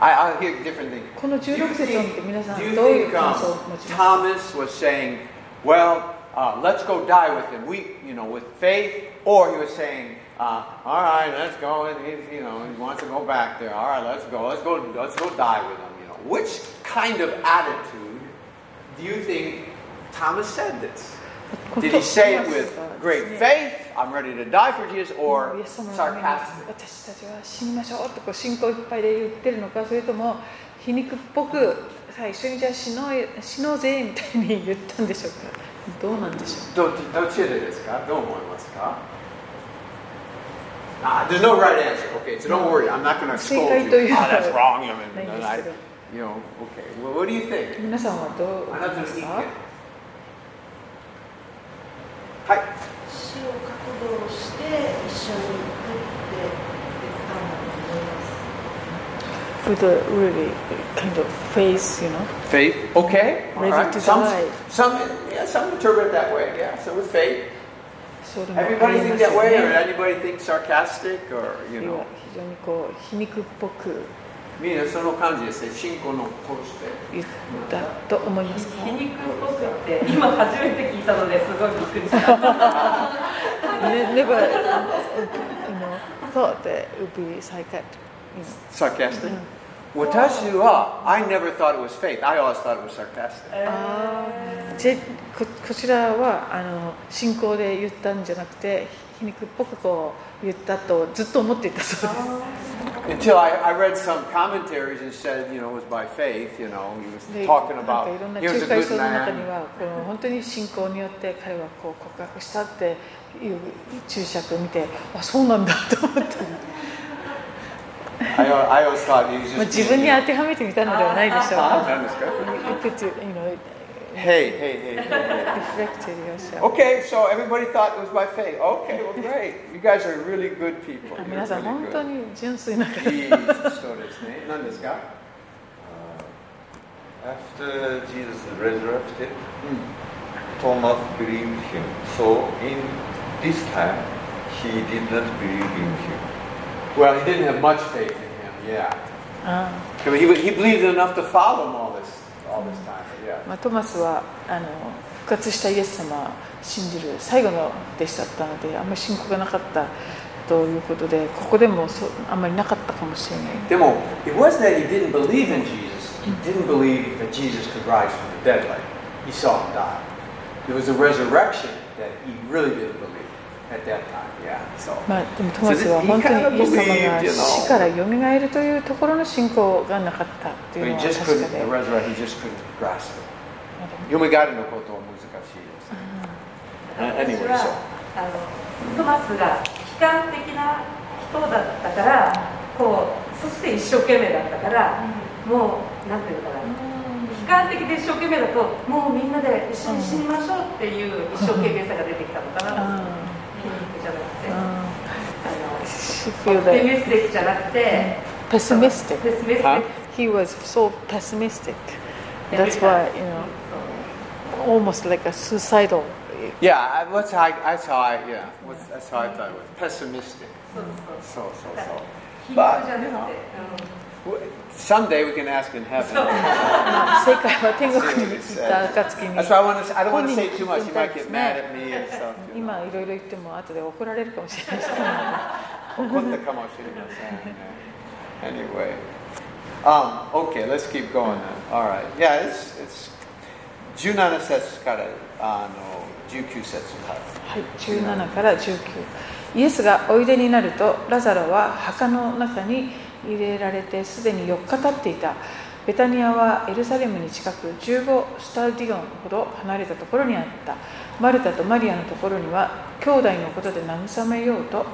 [SPEAKER 2] I, I'll hear different things.
[SPEAKER 1] この
[SPEAKER 2] Do you
[SPEAKER 1] 16節を見て
[SPEAKER 2] think,
[SPEAKER 1] 皆さ
[SPEAKER 2] do
[SPEAKER 1] ん
[SPEAKER 2] you
[SPEAKER 1] どういう
[SPEAKER 2] think
[SPEAKER 1] 感
[SPEAKER 2] um,
[SPEAKER 1] 想を持ちますか
[SPEAKER 2] Thomas was saying, well, uh, let's go die with him, we, you know, with faith, or he was saying, uh, all right, let's go, and he's, you know, he wants to go back there, all right, let's go, let's go, let's go die with him, you know. Which kind of attitude do you think Thomas said this?
[SPEAKER 1] こ
[SPEAKER 2] Did he say it
[SPEAKER 1] トマスがで
[SPEAKER 2] with
[SPEAKER 1] すね
[SPEAKER 2] great faith, I'm ready to die for Jesus,
[SPEAKER 1] イ
[SPEAKER 2] or
[SPEAKER 1] エス様のために
[SPEAKER 2] sarcastic?
[SPEAKER 1] 私たちは死にましょうってこう信仰いっぱいで言ってるのかそれとも皮肉っぽくさあ一緒にじゃあ死のうよ死のうぜみたいに言ったんでしょうかどうなんでしょう
[SPEAKER 2] どどちらですかどう思いますか Ah, there's no right answer. Okay, so don't worry. I'm not going to
[SPEAKER 1] 正
[SPEAKER 2] scold
[SPEAKER 1] 解という
[SPEAKER 2] you. Ah, that's wrong. I
[SPEAKER 1] ないん
[SPEAKER 2] mean, and
[SPEAKER 1] です
[SPEAKER 2] I,
[SPEAKER 1] けど
[SPEAKER 2] you know, okay. Well, what do you think?
[SPEAKER 1] 皆さんはどう思
[SPEAKER 2] あ
[SPEAKER 1] い
[SPEAKER 2] なた
[SPEAKER 1] ま
[SPEAKER 2] の
[SPEAKER 1] す
[SPEAKER 2] 意見。
[SPEAKER 1] か
[SPEAKER 2] はい。
[SPEAKER 3] 死を覚悟して一緒に行くって言ったんだと思います。
[SPEAKER 1] with a really kind of face, you know.
[SPEAKER 2] Faith. Okay. All
[SPEAKER 1] Ready
[SPEAKER 2] right.
[SPEAKER 1] to
[SPEAKER 2] some,
[SPEAKER 1] die.
[SPEAKER 2] some, yeah, some interpret that way. Yeah. So with faith,
[SPEAKER 1] そうでもあり
[SPEAKER 2] everybody
[SPEAKER 1] ま
[SPEAKER 2] think
[SPEAKER 1] す
[SPEAKER 2] that
[SPEAKER 1] よ
[SPEAKER 2] way, or
[SPEAKER 1] ね。
[SPEAKER 2] anybody think sarcastic, or you
[SPEAKER 1] 要は
[SPEAKER 2] know.
[SPEAKER 1] 非常にこう皮肉っぽく
[SPEAKER 2] みんなその感じですね。信仰のこうして。
[SPEAKER 1] 言ったと思いますか。
[SPEAKER 4] 皮肉っぽくって今初めて聞いたのですごいびっくりした。
[SPEAKER 1] Ne- Never, you know, thought that it would be psychic. you know.
[SPEAKER 2] sarcastic. Watashi wa, I never thought it was faith. I always thought it was sarcastic.
[SPEAKER 1] あーぜここちらはあの信仰で言ったんじゃなくて皮肉っぽくこう言ったとずっと思っていたそうです。
[SPEAKER 2] Until I, I read some commentaries and said, you know, it was by faith, you know, he was
[SPEAKER 1] でなん
[SPEAKER 2] talking
[SPEAKER 1] かいろんな
[SPEAKER 2] about, he was
[SPEAKER 1] 仲
[SPEAKER 2] a
[SPEAKER 1] 介
[SPEAKER 2] good
[SPEAKER 1] 書の中に
[SPEAKER 2] man.
[SPEAKER 1] はこの本当に信仰によって彼はこう告白したっていう注釈を見てあそうなんだと思 って、
[SPEAKER 2] I, al- I always thought he was
[SPEAKER 1] まあ、
[SPEAKER 2] just.
[SPEAKER 1] 自分に 当てはめてみたのではないでしょうか。
[SPEAKER 2] なんですか
[SPEAKER 1] Put you- you know,
[SPEAKER 2] Hey, hey, hey, hey, hey.
[SPEAKER 1] reflected yourself.
[SPEAKER 2] Okay, so everybody thought it was by faith. Okay, well, great. You guys are really good people.
[SPEAKER 1] あ
[SPEAKER 2] You're
[SPEAKER 1] 皆さん本
[SPEAKER 2] really
[SPEAKER 1] 当
[SPEAKER 2] good.
[SPEAKER 1] に純粋な方
[SPEAKER 2] いい 人ですね。何ですか
[SPEAKER 5] After Jesus resurrected, Thomas believed him. So in this time, he did not believe in him.
[SPEAKER 2] Well, he didn't have much faith in him, yeah.
[SPEAKER 1] あ
[SPEAKER 2] I mean, he, he believed enough to follow him all this, all this time, yeah.
[SPEAKER 1] ー、まあ、トマスはあの復活したイエス様を信じる最後の弟子だったのであんまり信仰がなかったということでここでもそうあんまりなかったかもしれない。
[SPEAKER 2] でも, it wasn't that he didn't believe in Jesus. He didn't believe that Jesus could rise from the dead like he saw him die. It was the resurrection that he really didn't believe. at that time. Yeah. So.
[SPEAKER 1] まあ、でもトマスは本当にイエス様が
[SPEAKER 2] He kind of believed, you know.
[SPEAKER 1] 死からよみがえるというところの信仰がなかったと
[SPEAKER 2] But
[SPEAKER 1] いうの
[SPEAKER 2] he
[SPEAKER 1] は
[SPEAKER 2] just
[SPEAKER 1] 確かで
[SPEAKER 2] couldn't, the。resurrection, he just couldn't grasp it. 読みがあるのことは難しいです。あ anyway,
[SPEAKER 4] 私は
[SPEAKER 2] so.
[SPEAKER 4] あのトマスが悲観的な人だったからこうそして一生懸命だったからもうなんていうのかな悲観的で一生懸命だともうみんなで一緒に死にましょうっていう一生懸命さが出てきたのかなと
[SPEAKER 1] あ
[SPEAKER 4] 筋肉じゃなくて
[SPEAKER 1] あ
[SPEAKER 4] あ
[SPEAKER 1] ああ She feel
[SPEAKER 4] のオプティ
[SPEAKER 1] that
[SPEAKER 4] ミスティックじゃなくて
[SPEAKER 1] pessimistic.
[SPEAKER 4] ペスミスティッ
[SPEAKER 2] Huh?
[SPEAKER 4] ク
[SPEAKER 1] He was so pessimistic. That's why, you know, almost like a suicidal.
[SPEAKER 2] Yeah, I, what's how I, that's how I, yeah, what's, that's how I thought it was. Pessimistic.
[SPEAKER 4] そうそう
[SPEAKER 2] So,
[SPEAKER 4] そう
[SPEAKER 2] so,
[SPEAKER 4] だか
[SPEAKER 2] so.
[SPEAKER 4] ら皮肉じ
[SPEAKER 2] But,
[SPEAKER 4] ゃ
[SPEAKER 2] you
[SPEAKER 4] な
[SPEAKER 2] know,
[SPEAKER 4] くて、
[SPEAKER 2] w- someday we can ask in
[SPEAKER 4] うんそう
[SPEAKER 2] heaven.
[SPEAKER 1] 世界は天国に行った暁に
[SPEAKER 2] That's why I want to, I don't want to say too much. You might get mad at me and stuff. you know.
[SPEAKER 1] 今いろいろ言っても後で怒られるかもしれない
[SPEAKER 2] Anyway, um, okay, let's keep going then. All right. Yeah, it's, it's 17節からあの19節まで。
[SPEAKER 1] はい、17から19イエスがおいでになるとラザロは墓の中に入れられてすでに4日経っていたベタニアはエルサレムに近く15スタディオンほど離れたところにあったマルタとマリアのところには兄弟のことで慰めようと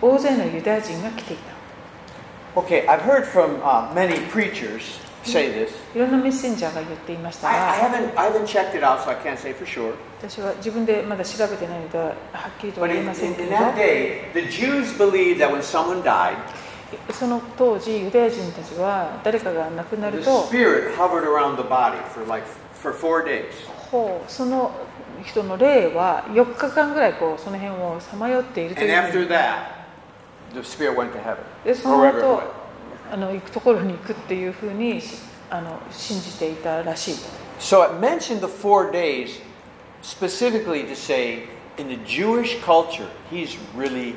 [SPEAKER 1] 大勢のユダヤ人が来ていた
[SPEAKER 2] Okay, I've heard from uh, many preachers say this. Ah.
[SPEAKER 1] いろんなメッセンジャーが言っていました
[SPEAKER 2] Hmm. I, I
[SPEAKER 1] が
[SPEAKER 2] haven't I haven't checked it out, so I can't say for sure.
[SPEAKER 1] 私は自分でまだ調べてないのでははっきりとは
[SPEAKER 2] But
[SPEAKER 1] 言え
[SPEAKER 2] in,
[SPEAKER 1] ません
[SPEAKER 2] in,
[SPEAKER 1] け
[SPEAKER 2] in
[SPEAKER 1] れ
[SPEAKER 2] that
[SPEAKER 1] ど
[SPEAKER 2] day, the Jews believed that when someone died,
[SPEAKER 1] その当時ユダヤ人たちは誰かが亡くなる
[SPEAKER 2] the
[SPEAKER 1] と
[SPEAKER 2] spirit hovered around the body for like for four days.
[SPEAKER 1] ほうその人の霊は4日間ぐらいこうその辺をさまよっていると
[SPEAKER 2] And
[SPEAKER 1] いう
[SPEAKER 2] after that, the spirit went to heaven
[SPEAKER 1] でそ
[SPEAKER 2] or
[SPEAKER 1] の
[SPEAKER 2] wherever it
[SPEAKER 1] 後
[SPEAKER 2] went.
[SPEAKER 1] あの行くところに行くっていうふうにしあの信じていたらしい
[SPEAKER 2] So it mentioned the four days specifically to say, in the Jewish culture, he's really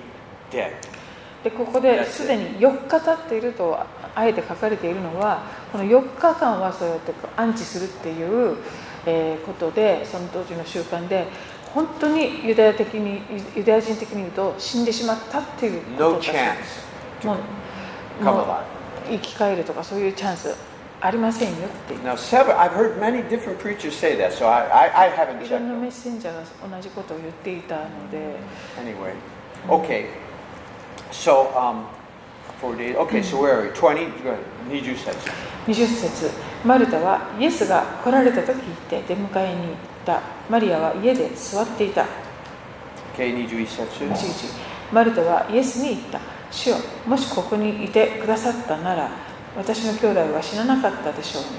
[SPEAKER 2] dead.
[SPEAKER 1] でここ
[SPEAKER 2] That's
[SPEAKER 1] で
[SPEAKER 2] it.
[SPEAKER 1] すでに4日経っているとああえて書かれているのはこの4日間はそうやって安置するっていう、えーことでその当時の習慣で本当にユダヤ的にユユダヤ人的に言うと死んでしまったっていうこと
[SPEAKER 2] No
[SPEAKER 1] だそうです
[SPEAKER 2] chance
[SPEAKER 1] も
[SPEAKER 2] to
[SPEAKER 1] う
[SPEAKER 2] come
[SPEAKER 1] もう
[SPEAKER 2] alive.
[SPEAKER 1] 生き返るとかそういうチャンスありませんよっていう
[SPEAKER 2] Now, several, I've heard many different preachers say that, so I, I, I haven't
[SPEAKER 1] い
[SPEAKER 2] checked
[SPEAKER 1] ろんなメ
[SPEAKER 2] them.
[SPEAKER 1] ッセンジャーが同じことを言っていたので
[SPEAKER 2] Anyway, okay. So, um, four days. Okay, so where are we? 20? Go ahead. Need you said.
[SPEAKER 1] 20節マルタはイエスが来られたと聞いて出迎えに行ったマリアは家で座っていた
[SPEAKER 2] Okay, need you said.
[SPEAKER 1] 21マルタはイエスに言った主よもしここにいてくださったなら私の兄弟は死ななかったでしょうね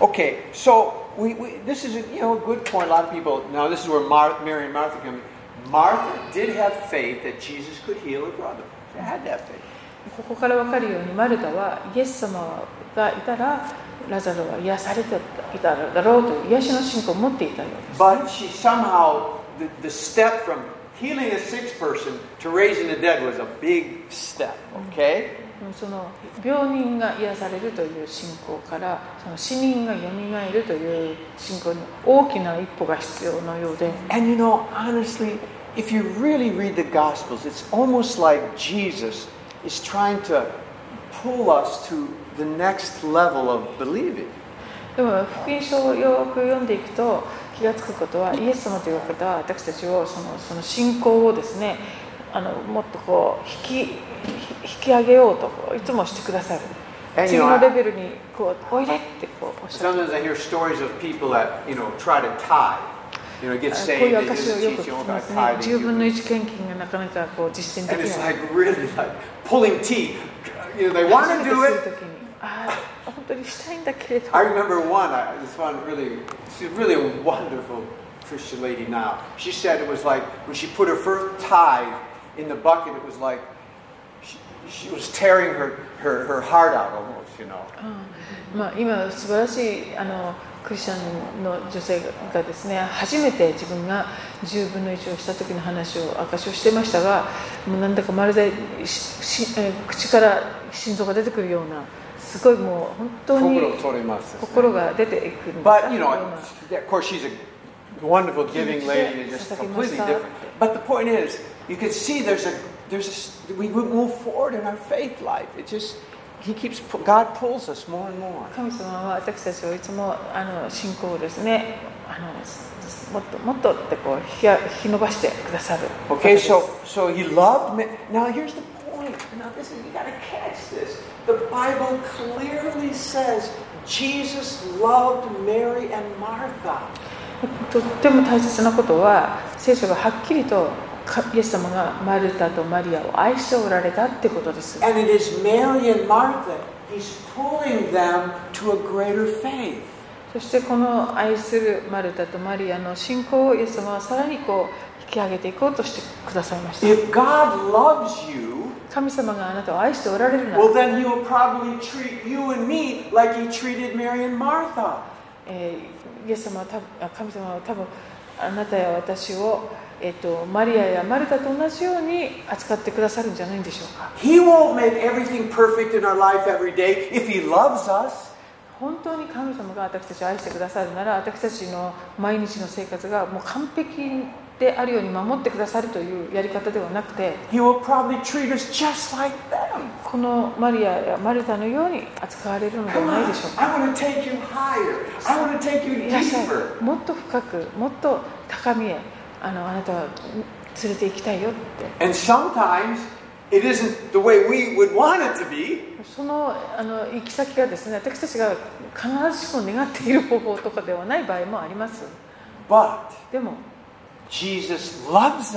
[SPEAKER 2] Okay, so we, we this is a you know a good point. A lot of people now this is where Mar- Mary and Martha come. in. Martha did have faith that Jesus could heal her brother. She had that faith.
[SPEAKER 1] ここから分かるようにマルタはイエス様がいたらラザロは癒されていただろうという癒しの信仰を持っていたようです
[SPEAKER 2] But she somehow the, the step from healing a sick person to raising the dead was a big step. Okay,
[SPEAKER 1] その病人が癒されるという信仰からその死人がよみがえるという信仰に大きな一歩が必要のようで
[SPEAKER 2] and you know honestly, if you really read the Gospels, it's almost like Jesus is trying to pull us to the next level of believing.
[SPEAKER 1] でも福音書をよく読んでいくと気がつくことはイエス様という方は私たちをそのその信仰をですねあのもっとこう引き引き上げようとこういつもしてくださる
[SPEAKER 2] And
[SPEAKER 1] 次
[SPEAKER 2] you know,
[SPEAKER 1] の
[SPEAKER 2] I-
[SPEAKER 1] レベルにこうおいでってこうおっしゃる
[SPEAKER 2] Sometimes I hear stories of people that, you know, try to tie. You know,
[SPEAKER 1] あ
[SPEAKER 2] get
[SPEAKER 1] こう
[SPEAKER 2] saved,
[SPEAKER 1] いう
[SPEAKER 2] they
[SPEAKER 1] 証
[SPEAKER 2] just
[SPEAKER 1] をよく聞
[SPEAKER 2] teach
[SPEAKER 1] き
[SPEAKER 2] you
[SPEAKER 1] ま
[SPEAKER 2] about
[SPEAKER 1] すね
[SPEAKER 2] oh, tithing.
[SPEAKER 1] 10分の
[SPEAKER 2] you-
[SPEAKER 1] 1献金がなかなかこう実践で
[SPEAKER 2] And
[SPEAKER 1] き
[SPEAKER 2] it's
[SPEAKER 1] ない
[SPEAKER 2] like really like pulling teeth. You know, they want to do
[SPEAKER 1] 初めて
[SPEAKER 2] it.
[SPEAKER 1] する時にああ本当にしたいんだけれど
[SPEAKER 2] I remember one, I, this one really, she's really a wonderful Christian lady now. She said it was like, when she put her first tithe in the bucket, it was like, she, she was tearing her, her, her heart out almost, you know.
[SPEAKER 1] まあ、今素晴らしいあのクリスチャンの女性がですね初めて自分が10分の1をした時の話を証しをしてましたがもうなんだかまるでししえー口から心臓が出てくるようなすごいもう本当に
[SPEAKER 2] 心を取りますですね。
[SPEAKER 1] 心が出ていくんです
[SPEAKER 2] But you
[SPEAKER 1] よう
[SPEAKER 2] know,
[SPEAKER 1] な
[SPEAKER 2] of course, she's a wonderful, giving lady, and just completely different. But the point is, you can see there's a there's a, s- we would move forward in our faith life. It just he keeps pu- God pulls us more and more.
[SPEAKER 1] 神様は私たちをいつもあの信仰をですねあのすすもっともっとってこう引きあ引き伸ばしてくださる
[SPEAKER 2] Okay, so so he loved me. Now here's the point. Now this is you got to catch this. The Bible clearly says Jesus loved Mary and Martha.
[SPEAKER 1] とっても大切なことは聖書がはっきりとかイエス様がマルタとマリアを愛しておられたってことです
[SPEAKER 2] And it is Mary and Martha. He's pulling them to a greater faith.
[SPEAKER 1] そしてこの愛するマルタとマリアの信仰をイエス様はさらにこう引き上げていこうとしてくださいました
[SPEAKER 2] If God loves you,
[SPEAKER 1] 神様があなたを愛しておられるなら
[SPEAKER 2] well then he will probably treat you and me like he treated Mary and Martha.
[SPEAKER 1] えーイエス様は多分あ神様は多分あなたや私を、えー、とマリアやマルタと同じように扱ってくださるんじゃないんでしょうか
[SPEAKER 2] He won't make everything perfect in our life every day if he loves us.
[SPEAKER 1] 本当に神様が私たちを愛してくださるなら私たちの毎日の生活がもう完璧であるように守ってくださるというやり方ではなくて
[SPEAKER 2] He will probably treat us just like them.
[SPEAKER 1] このマリアやマルタのように扱われるのでは
[SPEAKER 2] Come
[SPEAKER 1] ない
[SPEAKER 2] on,
[SPEAKER 1] でしょうか
[SPEAKER 2] I want to take you higher. I want to take you
[SPEAKER 1] いらっしゃ
[SPEAKER 2] deeper.
[SPEAKER 1] いもっと深くもっと高みへあのあなたは連れて行きたいよって
[SPEAKER 2] And sometimes it isn't the way we would want it to be.
[SPEAKER 1] そのあの行き先がですね私たちが必ずしも願っている方法とかではない場合もあります
[SPEAKER 2] But
[SPEAKER 1] でも
[SPEAKER 2] Jesus loves us.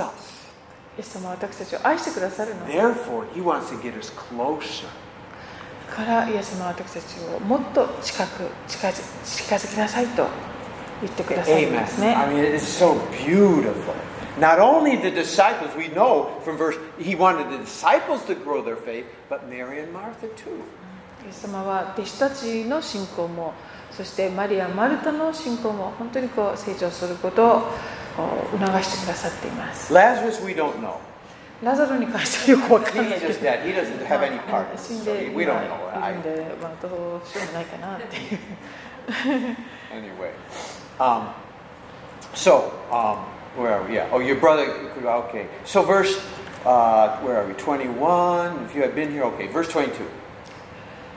[SPEAKER 1] イエス様は私たちを愛してくださるのだ
[SPEAKER 2] Therefore, he wants to get us closer.
[SPEAKER 1] からイエス様は私たちをもっと近く近づ近づきなさいと言ってくださるんで
[SPEAKER 2] Amen.
[SPEAKER 1] すね
[SPEAKER 2] I mean, it's so beautiful. Not only the disciples, we know from verse, he wanted the disciples to grow their faith, but Mary and Martha too.
[SPEAKER 1] イエス様は弟子たちの信仰もそしてマリア・マルタの信仰も本当にこう成長することをこう促してくださっています
[SPEAKER 2] Lazarus, we don't know.
[SPEAKER 1] ラザロに関してはよくわからない
[SPEAKER 2] He's
[SPEAKER 1] けど
[SPEAKER 2] just dead. He doesn't have any
[SPEAKER 1] まあ
[SPEAKER 2] part. in it,
[SPEAKER 1] 死ん
[SPEAKER 2] So
[SPEAKER 1] で
[SPEAKER 2] he-
[SPEAKER 1] 今
[SPEAKER 2] we
[SPEAKER 1] い
[SPEAKER 2] don't know.
[SPEAKER 1] るん
[SPEAKER 2] I,
[SPEAKER 1] で、まあ、どうしようもないかなっていう
[SPEAKER 2] anyway. Um, so, um, where are we? Yeah. Oh, your brother. Okay. So, verse, uh, where are we? 21. If you have been here, okay. Verse 22.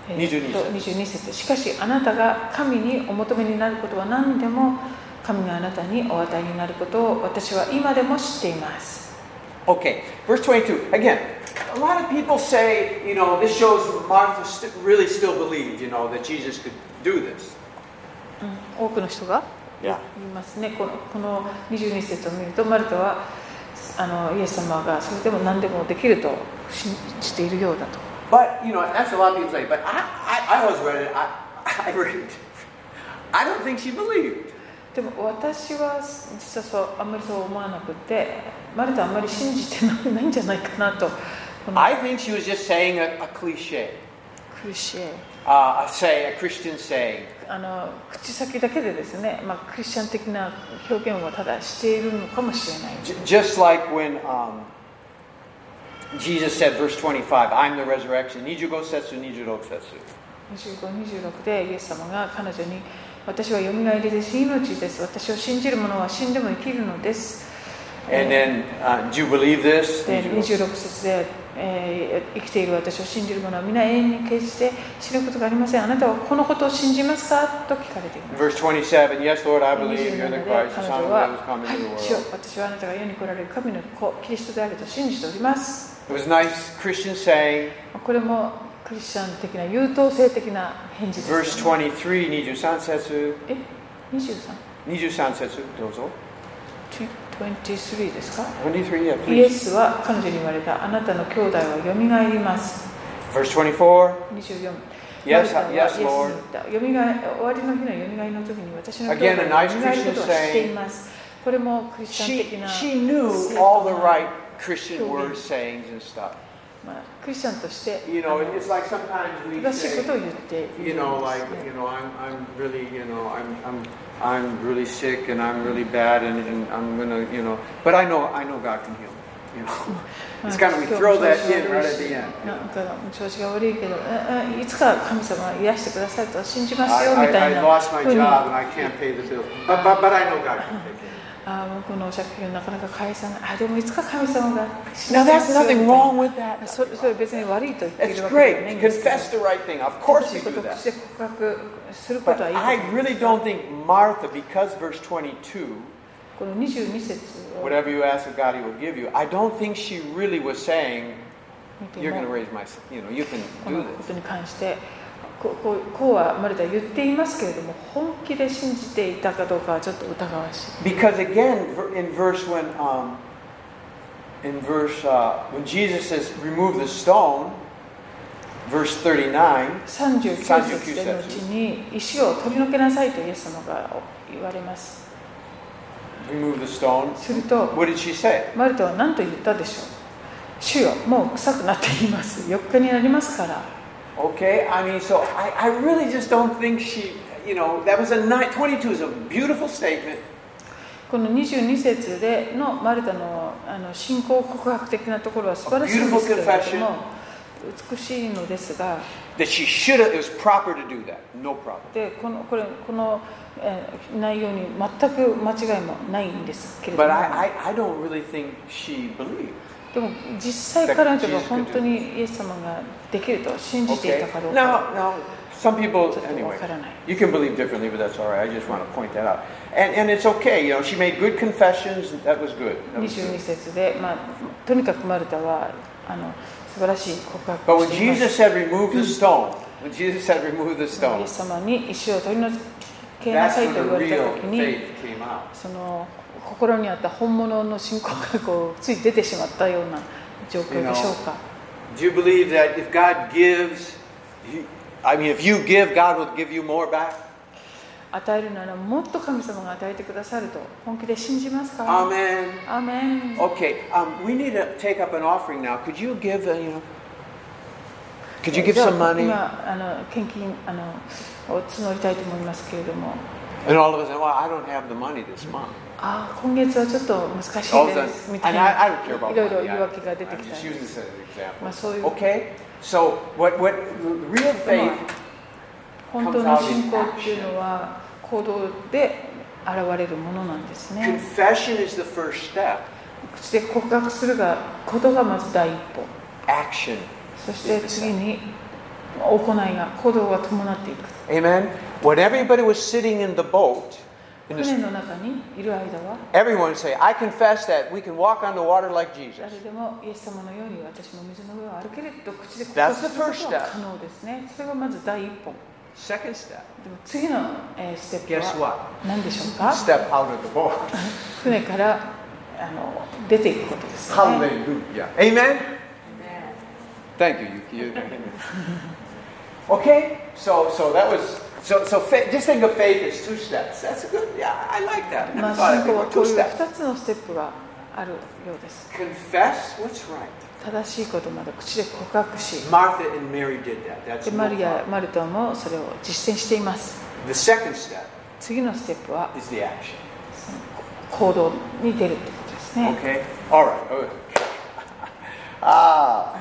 [SPEAKER 1] えーっと
[SPEAKER 2] 22
[SPEAKER 1] 22節しかしあなたが神にお求めになることは何でも神があなたにお与えになることを私は今でも知っています
[SPEAKER 2] Okay, verse 22. Again, a lot of people say, you know, this shows Martha st- really still believed, you know, that Jesus could do this.
[SPEAKER 1] 多くの人が
[SPEAKER 2] Yeah.
[SPEAKER 1] 言いますねこのこの22節を見るとマルタはあのイエス様がそれでも何でもできると信じているようだと
[SPEAKER 2] But, you know, that's a lot of people say. But I, I, I always read it. I, I read it. I don't think she believed.
[SPEAKER 1] でも私は実はそうあんまりそう思わなくてマルタはあんまり信じてないないんじゃないかなとこの
[SPEAKER 2] I think she was just saying a, a cliche,
[SPEAKER 1] 苦しい
[SPEAKER 2] uh, a say, a Christian saying.
[SPEAKER 1] あの口先だけでですね、まあ、クリスチャン的な表現をただしているのかもしれない
[SPEAKER 2] J- just like when um, Jesus said, verse 25, I'm the resurrection. Nijugo setsu, nijudo setsu.
[SPEAKER 1] 2526でイエス様が彼女に「私はよみがえりです命です私を信じる者は死んでも生きるのです」
[SPEAKER 2] And then, uh, do you believe this?
[SPEAKER 1] で
[SPEAKER 2] Nijugo
[SPEAKER 1] 26
[SPEAKER 2] setsu.
[SPEAKER 1] 節で、えー生きている私を信じる者は皆永遠に決して死ぬことがありませんあなたはこのことを信じますか?」と聞かれています
[SPEAKER 2] Verse 27, yes, Lord,
[SPEAKER 1] 27
[SPEAKER 2] I believe you're
[SPEAKER 1] で
[SPEAKER 2] the
[SPEAKER 1] 彼
[SPEAKER 2] Christ, the
[SPEAKER 1] 女
[SPEAKER 2] Son of
[SPEAKER 1] は
[SPEAKER 2] God who's、coming
[SPEAKER 1] は
[SPEAKER 2] to the
[SPEAKER 1] い、主よ
[SPEAKER 2] world.
[SPEAKER 1] 私はあなたが世に来られる神の子、キリストであると信じております。
[SPEAKER 2] It was a nice Christian saying.
[SPEAKER 1] これもクリスチャン的な優等生的な返事で
[SPEAKER 2] Verse
[SPEAKER 1] す、ね。
[SPEAKER 2] 23, Niju Sansetsu.
[SPEAKER 1] え、23?
[SPEAKER 2] Niju Sansetsu, dozo.
[SPEAKER 1] 23ですか
[SPEAKER 2] 23, yeah,
[SPEAKER 1] イエ
[SPEAKER 2] please.
[SPEAKER 1] スは彼女に言われた、あなたの兄弟はよみがえります。
[SPEAKER 2] Verse 24,
[SPEAKER 1] 24。マル
[SPEAKER 2] yes,
[SPEAKER 1] タはイ
[SPEAKER 2] yes,
[SPEAKER 1] エスに言
[SPEAKER 2] Lord.
[SPEAKER 1] ったよみがえ終わりの日のよみがえりの時に私の
[SPEAKER 2] Again,
[SPEAKER 1] 兄弟
[SPEAKER 2] a
[SPEAKER 1] は
[SPEAKER 2] nice
[SPEAKER 1] よみがえることを知
[SPEAKER 2] Christian
[SPEAKER 1] っています。これもクリスチャン
[SPEAKER 2] She,
[SPEAKER 1] 的な。
[SPEAKER 2] she knew all the right Christian words, sayings, and stuff.
[SPEAKER 1] まあ、クリスチャンとして
[SPEAKER 2] You know, it's like sometimes
[SPEAKER 1] 正
[SPEAKER 2] we
[SPEAKER 1] しいこと
[SPEAKER 2] say,
[SPEAKER 1] を言っているんですね
[SPEAKER 2] you know, like, you know, I'm, I'm really, you know, I'm, I'm, I'm really sick and I'm really bad and, and I'm gonna, you know, but I know, I know God can heal me. You know, it's kind of we throw that in right at the end.
[SPEAKER 1] なんか調子が悪いけど、うんうんいつか神様は癒してくださると信じます
[SPEAKER 2] I,
[SPEAKER 1] よみたい
[SPEAKER 2] I, I
[SPEAKER 1] な
[SPEAKER 2] lost my
[SPEAKER 1] ふうに
[SPEAKER 2] job and I can't pay the bill, but, but, but I know God can take care.
[SPEAKER 1] あー僕の借金をなかなか返さないあでもいつか神様が
[SPEAKER 2] Now, that's
[SPEAKER 1] みたい
[SPEAKER 2] nothing
[SPEAKER 1] な
[SPEAKER 2] wrong with that.
[SPEAKER 1] それそれ別に悪いと言ってい
[SPEAKER 2] It's
[SPEAKER 1] るわけではない
[SPEAKER 2] great.
[SPEAKER 1] んですけど
[SPEAKER 2] Confess the right thing. Of
[SPEAKER 1] そ
[SPEAKER 2] course
[SPEAKER 1] う
[SPEAKER 2] we
[SPEAKER 1] いうこ
[SPEAKER 2] do
[SPEAKER 1] とを
[SPEAKER 2] that.
[SPEAKER 1] して告白するこ
[SPEAKER 2] But
[SPEAKER 1] とはいいこと
[SPEAKER 2] I really don't think Martha, because verse 22,
[SPEAKER 1] この22節を
[SPEAKER 2] whatever you ask of God, He will give you. I don't think she really was saying,
[SPEAKER 1] 見て
[SPEAKER 2] "You're going
[SPEAKER 1] も
[SPEAKER 2] to raise my, son. you know, you can
[SPEAKER 1] こ
[SPEAKER 2] do
[SPEAKER 1] のこ
[SPEAKER 2] this."
[SPEAKER 1] とに関してここうこうはマルタは言っていますけれども本気で信じていたかどうかはちょっと疑わしい
[SPEAKER 2] Because again, ver- in verse when, um, in verse uh, when Jesus says, "Remove the stone," verse 39.
[SPEAKER 1] 39節でのうちに石を取り除けなさいとイエス様が言われます
[SPEAKER 2] Remove the stone.
[SPEAKER 1] すると
[SPEAKER 2] What did she say?
[SPEAKER 1] マルタは何と言ったでしょう主よもう臭くなっています4日になりますから
[SPEAKER 2] Okay, I mean, so I, I really just don't think she, you know, that was a nine, 22 is a beautiful statement.
[SPEAKER 1] この22節でのマルタのあの信仰告白的なところは素晴らしいんですけれども美しいのですが
[SPEAKER 2] That she should have, it was proper to do that. No problem.
[SPEAKER 1] でこのこれこの、えー内容に全く間違いもないんですけれど
[SPEAKER 2] But
[SPEAKER 1] も
[SPEAKER 2] I, I, I don't really think she believed.
[SPEAKER 1] でも実際彼女が本当にイエス様ができると信じていた
[SPEAKER 2] Okay.
[SPEAKER 1] かどうか
[SPEAKER 2] Now, now, some
[SPEAKER 1] ち
[SPEAKER 2] people,
[SPEAKER 1] ょっとわ
[SPEAKER 2] anyway,
[SPEAKER 1] からない。
[SPEAKER 2] you can believe differently, but that's all right. I just want to point that out. And, and it's okay, you know, she made good confessions. and That was good. That was
[SPEAKER 1] 22
[SPEAKER 2] good.
[SPEAKER 1] 節で、まあ、とにかくマルタはあの素晴らしい告
[SPEAKER 2] But
[SPEAKER 1] 白を
[SPEAKER 2] when
[SPEAKER 1] しています
[SPEAKER 2] Jesus said, remove the stone, when Jesus said, remove the
[SPEAKER 1] イエ
[SPEAKER 2] stone,
[SPEAKER 1] ス様に石を取り除けな
[SPEAKER 2] that's
[SPEAKER 1] さい
[SPEAKER 2] when
[SPEAKER 1] と
[SPEAKER 2] the
[SPEAKER 1] 言われた
[SPEAKER 2] real
[SPEAKER 1] 時に
[SPEAKER 2] faith came out.
[SPEAKER 1] その心にあった本物の信仰がこうつい出てしまったような状況でしょうか
[SPEAKER 2] Do you believe that if God gives, he, I mean, if you give, God will give you more back?
[SPEAKER 1] 与えるならもっと神様が与えてくださると本気で信じますか
[SPEAKER 2] Amen.
[SPEAKER 1] アーメン
[SPEAKER 2] Okay, um, we need to take up an offering now. Could you give, uh, you know, could you give
[SPEAKER 1] じゃあ
[SPEAKER 2] some money?
[SPEAKER 1] 今あの献金あのを募りたいと思いますけれども
[SPEAKER 2] And all of us, well, I don't have the money this month.
[SPEAKER 1] ああ今月はちょっと難しいで
[SPEAKER 2] All of a
[SPEAKER 1] す
[SPEAKER 2] sudden,
[SPEAKER 1] み
[SPEAKER 2] and
[SPEAKER 1] たいな
[SPEAKER 2] I, I don't care about
[SPEAKER 1] いろい
[SPEAKER 2] money.
[SPEAKER 1] ろ
[SPEAKER 2] I,
[SPEAKER 1] 言い訳が出て
[SPEAKER 2] I'm
[SPEAKER 1] きた
[SPEAKER 2] just
[SPEAKER 1] り
[SPEAKER 2] using this as an
[SPEAKER 1] まあ
[SPEAKER 2] example.
[SPEAKER 1] そういう
[SPEAKER 2] Okay, so what, what real faith
[SPEAKER 1] 本当の信仰っていうのは行動で現れるものなんですね
[SPEAKER 2] Confession is the first step.
[SPEAKER 1] 口で告白するがことがまず第一歩
[SPEAKER 2] Action.
[SPEAKER 1] そして次に行いが行動が伴っていく
[SPEAKER 2] Amen. When everybody was sitting in the boat, in
[SPEAKER 1] 船
[SPEAKER 2] this,
[SPEAKER 1] の中にいる間は
[SPEAKER 2] everyone say, "I confess that we can walk on the water like Jesus."
[SPEAKER 1] 誰でもイエス様のように私も水の上を歩けると口で告
[SPEAKER 2] That's
[SPEAKER 1] 白す
[SPEAKER 2] the
[SPEAKER 1] ることは
[SPEAKER 2] first step.
[SPEAKER 1] 可能ですねそれがまず第一歩
[SPEAKER 2] Second step.
[SPEAKER 1] でも次のえーステッ
[SPEAKER 2] Guess
[SPEAKER 1] プは
[SPEAKER 2] what?
[SPEAKER 1] 何でしょうか
[SPEAKER 2] Step out of the boat.
[SPEAKER 1] 船からあの出ていくことですよね
[SPEAKER 2] Hallelujah. Amen.
[SPEAKER 4] ね
[SPEAKER 2] Thank you. you, you okay. So so that was so so faith, just think of faith as two steps. That's a good. Yeah, I like that.
[SPEAKER 1] ま
[SPEAKER 2] Never
[SPEAKER 1] あ
[SPEAKER 2] thought
[SPEAKER 1] 信仰はこ
[SPEAKER 2] of it before.
[SPEAKER 1] う
[SPEAKER 2] Two
[SPEAKER 1] いう
[SPEAKER 2] steps.
[SPEAKER 1] 2つのステップがあるようです
[SPEAKER 2] Confess what's right.
[SPEAKER 1] 正しいことまで口で告白し
[SPEAKER 2] Martha and Mary did that. That's
[SPEAKER 1] で
[SPEAKER 2] no
[SPEAKER 1] マリア
[SPEAKER 2] problem.、
[SPEAKER 1] マルタもそれを実践しています
[SPEAKER 2] The second step
[SPEAKER 1] 次のステップは
[SPEAKER 2] is the action.
[SPEAKER 1] その行動に出るってことですね、
[SPEAKER 2] Okay. All right. all right. ah,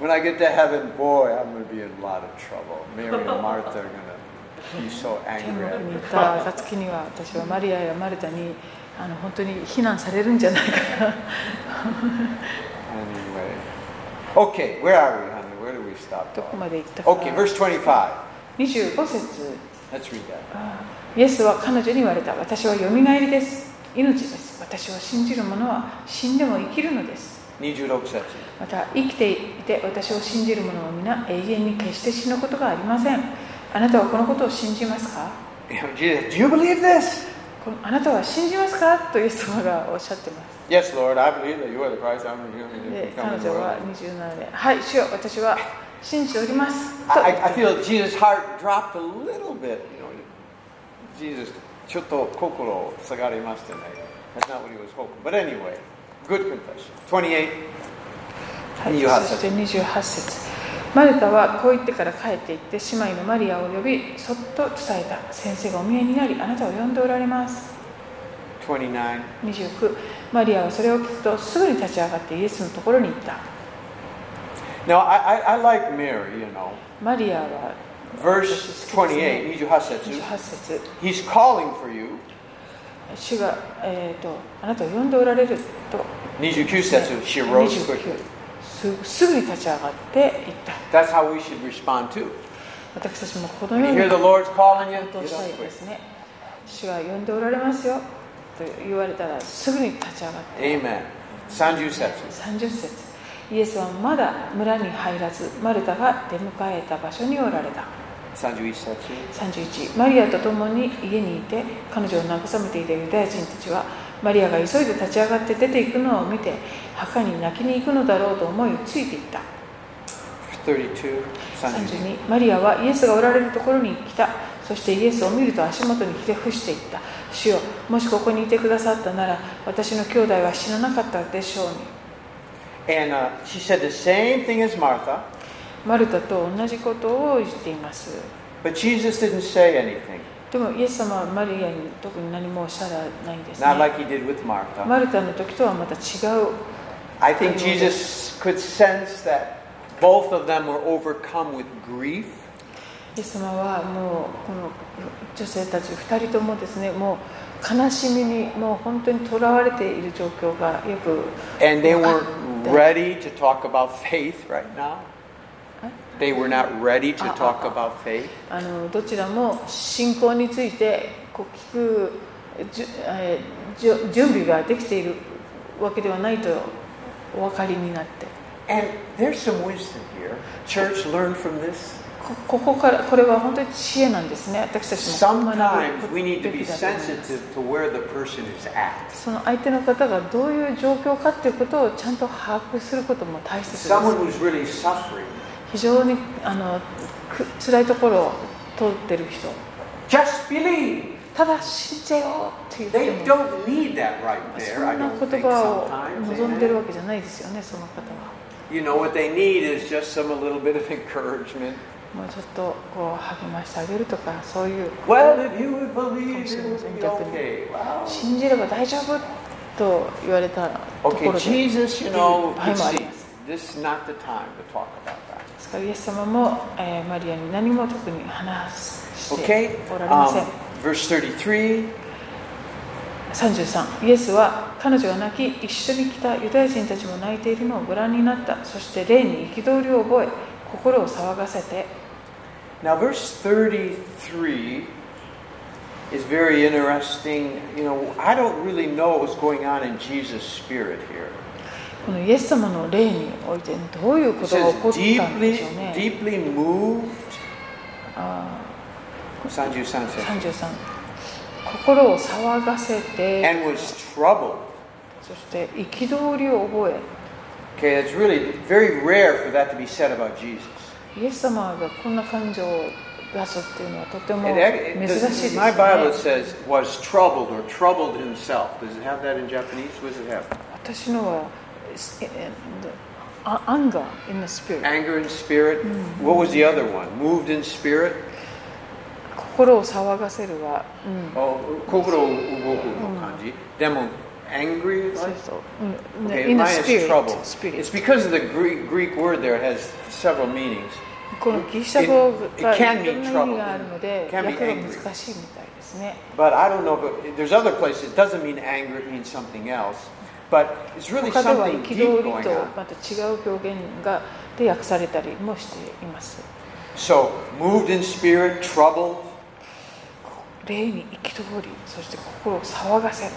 [SPEAKER 2] when I get to heaven, boy, I'm going to be in a lot of trouble. Mary and Martha are going to be so
[SPEAKER 1] 天
[SPEAKER 2] angry.
[SPEAKER 1] 国
[SPEAKER 2] At
[SPEAKER 1] に
[SPEAKER 2] me.
[SPEAKER 1] 行った暁には私はマリアやマルタにあの本当に非難されるんじゃないかな
[SPEAKER 2] Anyway. Okay. Where are we, honey? Where do we stop?
[SPEAKER 1] どこまで行ったか
[SPEAKER 2] Okay. Verse 25.
[SPEAKER 1] 25節
[SPEAKER 2] Let's read that.
[SPEAKER 1] あイエスは彼女に言われた私はよみがえりです命です私を信じる者は死んでも生きるのです
[SPEAKER 2] 26節。
[SPEAKER 1] また生きていて私を信じる者は皆永遠に決して死ぬことがありませんあなたはこのことを信じますか
[SPEAKER 2] Jesus, do you believe this?
[SPEAKER 1] このあなたは信じますかとイエス様がおっしゃってます
[SPEAKER 2] Yes, Lord. I believe that you are the Christ. I'm the
[SPEAKER 1] で
[SPEAKER 2] human.
[SPEAKER 1] 彼
[SPEAKER 2] come in the
[SPEAKER 1] 女は
[SPEAKER 2] world.
[SPEAKER 1] 27で「はい主よ私は信じております」と
[SPEAKER 2] I, I- I feel Jesus' heart dropped a little bit. You know, Jesus, ちょっと心下がりましたね。That's not what he was hoping. But anyway, good confession. 28.
[SPEAKER 1] はい、
[SPEAKER 2] 28
[SPEAKER 1] そして28節マルタはこう言ってから帰って行って姉妹のマリアを呼びそっと伝えた先生がお見えになりあなたを呼んでおられます
[SPEAKER 2] 29.
[SPEAKER 1] 29マリアはそれを聞くとすぐに立ち上がってイエスのところに行った
[SPEAKER 2] Now, I, I, I like Mary, you know.
[SPEAKER 1] マリアは
[SPEAKER 2] Verse 28, 28節.
[SPEAKER 1] 28節
[SPEAKER 2] He's calling for you.
[SPEAKER 1] 主が、えー、とあなたを呼んでおられると
[SPEAKER 2] 29 says she rose quickly.
[SPEAKER 1] すすぐに立ち上がっていった
[SPEAKER 2] That's how we should respond too.
[SPEAKER 1] 私たちもこの
[SPEAKER 2] When
[SPEAKER 1] よ
[SPEAKER 2] you
[SPEAKER 1] う
[SPEAKER 2] hear
[SPEAKER 1] に
[SPEAKER 2] the Lord's calling you,
[SPEAKER 1] と
[SPEAKER 2] get
[SPEAKER 1] したい
[SPEAKER 2] up
[SPEAKER 1] で
[SPEAKER 2] quick.
[SPEAKER 1] すね主は呼んでおられますよと言われたらすぐに立ち上がって
[SPEAKER 2] Amen. 30 says,
[SPEAKER 1] 30節イエスはまだ村に入らずマルタが出迎えた場所におられた
[SPEAKER 2] 31 says,
[SPEAKER 1] 31マリアと共に家にいて彼女を慰めていたユダヤ人たちはマリアが急いで立ち上がって出て行くのを見て墓に泣きに行くのだろうと思いついていった
[SPEAKER 2] 32, 32.
[SPEAKER 1] 32マリアはイエスがおられるところに来たそしてイエスを見ると足元にひれ伏していった主よもしここにいてくださったなら私の兄弟は死ななかったでしょうに
[SPEAKER 2] And uh, she said the same thing as Martha,
[SPEAKER 1] マルタと同じことを言っています
[SPEAKER 2] but Jesus didn't say anything.
[SPEAKER 1] でもイエス様はマリアに特に何もおっしゃらないんです、ね
[SPEAKER 2] Not、like he did with Martha.
[SPEAKER 1] マルタの時とはまた違う
[SPEAKER 2] I think Jesus could sense that both of them were overcome with grief.
[SPEAKER 1] イエス様はもうこの女性たち2人ともですねもう悲しみにもう本当にとらわれている状況がよく
[SPEAKER 2] And they
[SPEAKER 1] わか
[SPEAKER 2] weren't
[SPEAKER 1] って
[SPEAKER 2] ready to talk about faith right now.
[SPEAKER 1] Huh?
[SPEAKER 2] They were not ready to
[SPEAKER 1] Ah, ah,
[SPEAKER 2] talk
[SPEAKER 1] ah.
[SPEAKER 2] about faith.
[SPEAKER 1] あのどちらも信仰についてこう聞くじゅえーじゅ準備ができているわけではないとお分かりになって
[SPEAKER 2] And there's some wisdom here. Church, learn from this.
[SPEAKER 1] こここからこれは本当に知恵なんですね私たちも
[SPEAKER 2] Sometimes we need to
[SPEAKER 1] べき
[SPEAKER 2] be
[SPEAKER 1] だと思います
[SPEAKER 2] sensitive to where the person is at.
[SPEAKER 1] その相手の方がどういう状況かっていうことをちゃんと把握することも大切です
[SPEAKER 2] Someone who's really suffering,
[SPEAKER 1] 非常にあのく辛いところを通ってる人
[SPEAKER 2] just believe.
[SPEAKER 1] ただ信じようって言
[SPEAKER 2] They
[SPEAKER 1] っても
[SPEAKER 2] don't need that right
[SPEAKER 1] そ
[SPEAKER 2] there.
[SPEAKER 1] ん
[SPEAKER 2] I
[SPEAKER 1] な
[SPEAKER 2] don't
[SPEAKER 1] 言
[SPEAKER 2] think
[SPEAKER 1] 葉を
[SPEAKER 2] sometimes.
[SPEAKER 1] 望んでる
[SPEAKER 2] amen.
[SPEAKER 1] わけじゃないですよねその方は
[SPEAKER 2] You know what they need is just some a little bit of encouragement.
[SPEAKER 1] もうちょっとこう励ましてあげるとかそういう
[SPEAKER 2] Well, if you would believe, it
[SPEAKER 1] Functions
[SPEAKER 2] would
[SPEAKER 1] and
[SPEAKER 2] be okay. Wow.
[SPEAKER 1] 信じれば大丈夫と言われたとこ
[SPEAKER 2] Okay,
[SPEAKER 1] ろで
[SPEAKER 2] Jesus, you know,
[SPEAKER 1] Hi,
[SPEAKER 2] could see,
[SPEAKER 1] Maria.
[SPEAKER 2] this is not the time to talk about that.
[SPEAKER 1] ですからイエス様も、えーマリアに何も特に話して
[SPEAKER 2] Okay?
[SPEAKER 1] おられません、
[SPEAKER 2] Um, verse 33.
[SPEAKER 1] 33イエスは彼女が泣き一緒に来たユダヤ人たちも泣いているのをご覧になったそして霊に憤りを覚え心を騒がせて
[SPEAKER 2] Now, verse 33 is very interesting. You know, I don't really know what was going on in Jesus' spirit here.
[SPEAKER 1] このイエス様の霊においてどういう
[SPEAKER 2] It
[SPEAKER 1] ことが
[SPEAKER 2] says
[SPEAKER 1] 起こったんで
[SPEAKER 2] deeply,
[SPEAKER 1] しょうね
[SPEAKER 2] deeply moved.
[SPEAKER 1] あ
[SPEAKER 2] Sanju San
[SPEAKER 1] ー
[SPEAKER 2] says,
[SPEAKER 1] 33心を騒がせ
[SPEAKER 2] and
[SPEAKER 1] て
[SPEAKER 2] was troubled.
[SPEAKER 1] そして憤りを覚え
[SPEAKER 2] Okay, it's really very rare for that to be said about Jesus.
[SPEAKER 1] イエス様がこんな感情を出すっていうのはとても
[SPEAKER 2] It,
[SPEAKER 1] 珍し
[SPEAKER 2] act-
[SPEAKER 1] いで
[SPEAKER 2] does,
[SPEAKER 1] す
[SPEAKER 2] my Bible
[SPEAKER 1] ね
[SPEAKER 2] says was troubled or troubled himself. Does it have that in Japanese? What does it have?
[SPEAKER 1] 私のはええあ anger in the spirit
[SPEAKER 2] Anger in spirit. What was the other one? Moved in spirit.
[SPEAKER 1] 心を騒がせるは、うん、
[SPEAKER 2] Oh, kokoro ugoku no kanji. Demo angry.
[SPEAKER 1] そう
[SPEAKER 2] Like?
[SPEAKER 1] そう、うん、
[SPEAKER 2] Okay,
[SPEAKER 1] in the
[SPEAKER 2] mine is
[SPEAKER 1] spirit,
[SPEAKER 2] trouble. It's
[SPEAKER 1] spirit.
[SPEAKER 2] because of the Greek, Greek word there has several meanings.
[SPEAKER 1] このギリシャ語
[SPEAKER 2] It
[SPEAKER 1] がいろん
[SPEAKER 2] can be
[SPEAKER 1] な意
[SPEAKER 2] trouble.
[SPEAKER 1] 味があるので、
[SPEAKER 2] It
[SPEAKER 1] 訳
[SPEAKER 2] can
[SPEAKER 1] が
[SPEAKER 2] be
[SPEAKER 1] 難
[SPEAKER 2] angry.
[SPEAKER 1] しいみたいですね。
[SPEAKER 2] But I don't know if it, there's other places. It doesn't mean anger. It means something else. But it's really
[SPEAKER 1] 他では憤
[SPEAKER 2] something deep
[SPEAKER 1] り
[SPEAKER 2] going
[SPEAKER 1] と
[SPEAKER 2] on.
[SPEAKER 1] また違う表現がで訳されたりもしています。
[SPEAKER 2] So moved in spirit, troubled.
[SPEAKER 1] 霊に憤り、そして心を騒がせる。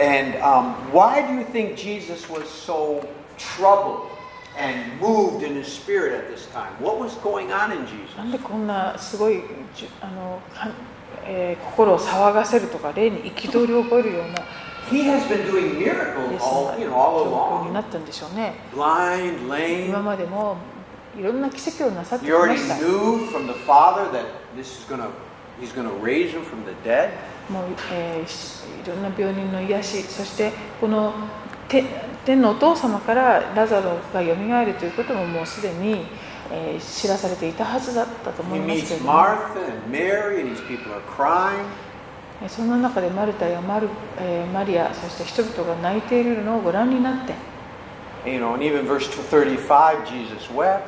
[SPEAKER 2] And um, why do you think Jesus was so troubled and moved in his spirit at this time? What was going on in
[SPEAKER 1] な
[SPEAKER 2] Jesus?
[SPEAKER 1] んでこんなすごいじゅあの、かんえー心を騒がせるとか霊に憤りを覚えるような
[SPEAKER 2] He has been doing
[SPEAKER 1] イエ
[SPEAKER 2] miracles
[SPEAKER 1] ス様
[SPEAKER 2] all
[SPEAKER 1] が
[SPEAKER 2] you
[SPEAKER 1] 状
[SPEAKER 2] know all
[SPEAKER 1] 況にな
[SPEAKER 2] along.
[SPEAKER 1] ったんでしょうね。
[SPEAKER 2] Blind,
[SPEAKER 1] 今
[SPEAKER 2] lame.
[SPEAKER 1] までもいろんな奇跡をなさってき
[SPEAKER 2] He
[SPEAKER 1] ま
[SPEAKER 2] already
[SPEAKER 1] した。
[SPEAKER 2] knew from the Father that this is gonna he's gonna raise him from the dead.
[SPEAKER 1] もうえーしいろんな病人の癒し、そしてこのて天のお父様からラザロがよみがえるということももうすでに、えー知らされていたはずだったと思
[SPEAKER 2] He
[SPEAKER 1] いますけ
[SPEAKER 2] meets
[SPEAKER 1] れども、
[SPEAKER 2] Martha and Mary, and these people are crying.
[SPEAKER 1] えーそんな中でマルタやマル、えーマリア、そして人々が泣いているのをご覧になって、
[SPEAKER 2] You know, and even verse 35, Jesus wept.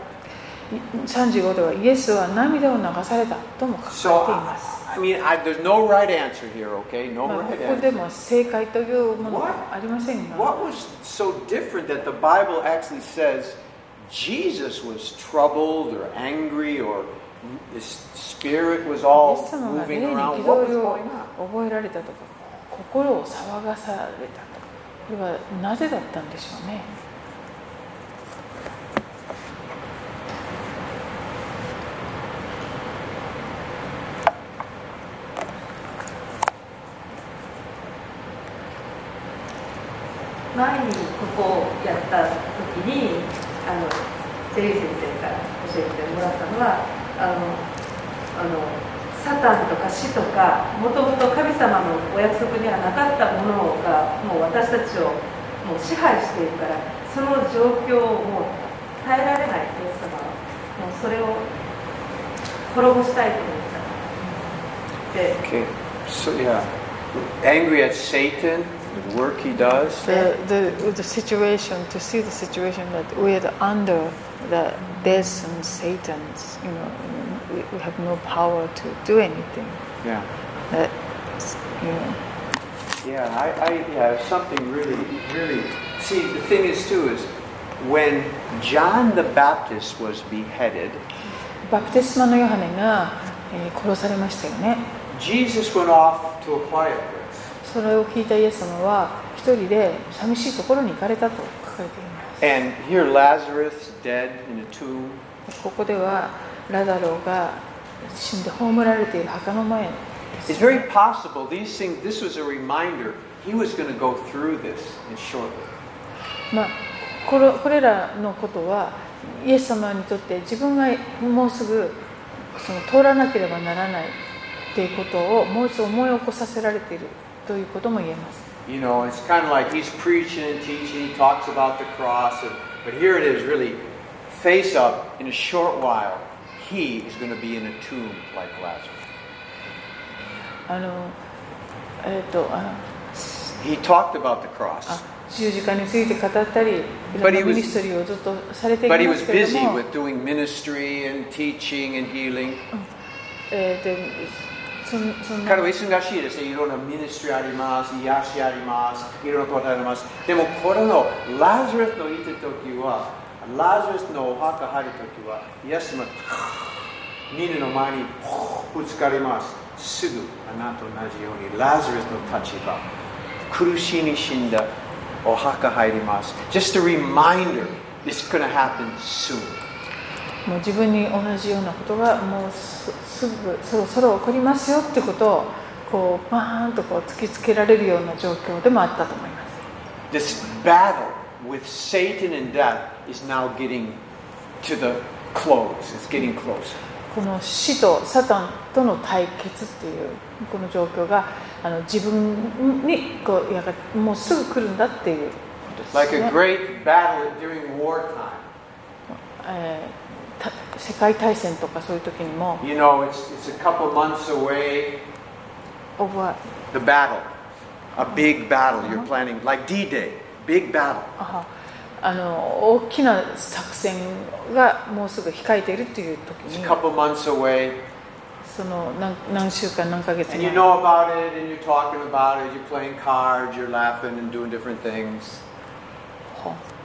[SPEAKER 1] イ35ではイエスは涙を流されたとも書
[SPEAKER 2] So,
[SPEAKER 1] かれています
[SPEAKER 2] I, I mean, I, there's no right answer here, okay? No
[SPEAKER 1] まあ、こ
[SPEAKER 2] right
[SPEAKER 1] こで
[SPEAKER 2] answer.
[SPEAKER 1] も正解というものはありませんが
[SPEAKER 2] What was so different that the Bible actually says Jesus was troubled or angry or his spirit was
[SPEAKER 1] イエ
[SPEAKER 2] all
[SPEAKER 1] ス様が霊
[SPEAKER 2] moving
[SPEAKER 1] に
[SPEAKER 2] around?
[SPEAKER 1] 憤
[SPEAKER 2] What was
[SPEAKER 1] りを
[SPEAKER 2] going on?
[SPEAKER 1] 覚えられたとか心を騒がされたとかこれはなぜだったんでしょうね
[SPEAKER 4] 前にここをやった時にあのジェリー先生から教えてもらったのはあのあのサタンとか死とかもともと神様のお約束にはなかったものがもう私たちをもう支配しているからその状況をもう耐えられないイエス様はもうそれを滅ぼしたいと思ったで
[SPEAKER 2] Okay, so yeah. Angry at Satan, the work he does.
[SPEAKER 1] the, the, the situation, to see the situation that we are under the death and Satan's, you know, we, we have no power to do anything.
[SPEAKER 2] Yeah.
[SPEAKER 1] That, you know,
[SPEAKER 2] Yeah, I, I yeah, something really, really. See, the thing is too is when John the Baptist was beheaded,
[SPEAKER 1] バプテスマのヨハネが、えー殺されましたよね。
[SPEAKER 2] Jesus went off to a quiet place.
[SPEAKER 1] それを聞いたイエス様は、一人で寂しいところに行かれたと書かれていま
[SPEAKER 2] And here Lazarus dead in a tomb.
[SPEAKER 1] す。ここでは、ラダロが死んで葬られている墓の前
[SPEAKER 2] It's very possible these things. This was a reminder he was going to go through this in shortly.
[SPEAKER 1] まあ、これこれらのことはイエス様にとって自分がもうすぐその通らなければならないということをもう一度思い起こさせられているということも言えます
[SPEAKER 2] You know, it's kind of like he's preaching and teaching. He talks about the cross, and, but here it is really face up. In a short while, he is going to be in a tomb like Lazarus.
[SPEAKER 1] あのえっ、とあ
[SPEAKER 2] He talked about the cross,
[SPEAKER 1] あ十字架について語ったりいろ
[SPEAKER 2] But
[SPEAKER 1] ん
[SPEAKER 2] he
[SPEAKER 1] な
[SPEAKER 2] was-
[SPEAKER 1] ミニストリーをずっとされてい
[SPEAKER 2] but he
[SPEAKER 1] ま
[SPEAKER 2] was
[SPEAKER 1] すけれど
[SPEAKER 2] busy
[SPEAKER 1] も、
[SPEAKER 2] with doing ministry and teaching and healing.
[SPEAKER 1] えー、でそんそんな
[SPEAKER 2] 彼は忙しいですね。いろんなミニストリーあります、癒しあります、いろんなことあります。でもこれのラズラスのいた時は、ラズラスのお墓入る時は、イエス様、みんなの前にぶつかります。すぐあなたと同じように、ラズラスの立場、苦しみに死んだお墓入ります。Just a reminder, it's going to happen soon.
[SPEAKER 1] もう自分に同じようなことがもうすすぐそろそろ起こりますよってことをこうバーンとこう突きつけられるような状況でもあったと思います
[SPEAKER 2] This battle with Satan and death is now getting to the close. It's getting closer.
[SPEAKER 1] この死とサタンとの対決っていうこの状況があの自分にこうやがもうすぐ来るんだっていうことで
[SPEAKER 2] Like
[SPEAKER 1] すね
[SPEAKER 2] a、great battle during wartime.
[SPEAKER 1] えーた世界大戦とかそういう時にも
[SPEAKER 2] You know, it's, it's a couple months away.
[SPEAKER 1] オーバー
[SPEAKER 2] The battle. A big battle you're planning, like D Day. Big battle.
[SPEAKER 1] ああの大きな作戦がもうすぐ控えているっていう時
[SPEAKER 2] It's
[SPEAKER 1] に
[SPEAKER 2] a couple months away.
[SPEAKER 1] その何何週間何ヶ月
[SPEAKER 2] And
[SPEAKER 1] 前
[SPEAKER 2] you know about it, and you're talking about it, you're playing cards, you're laughing and doing different things.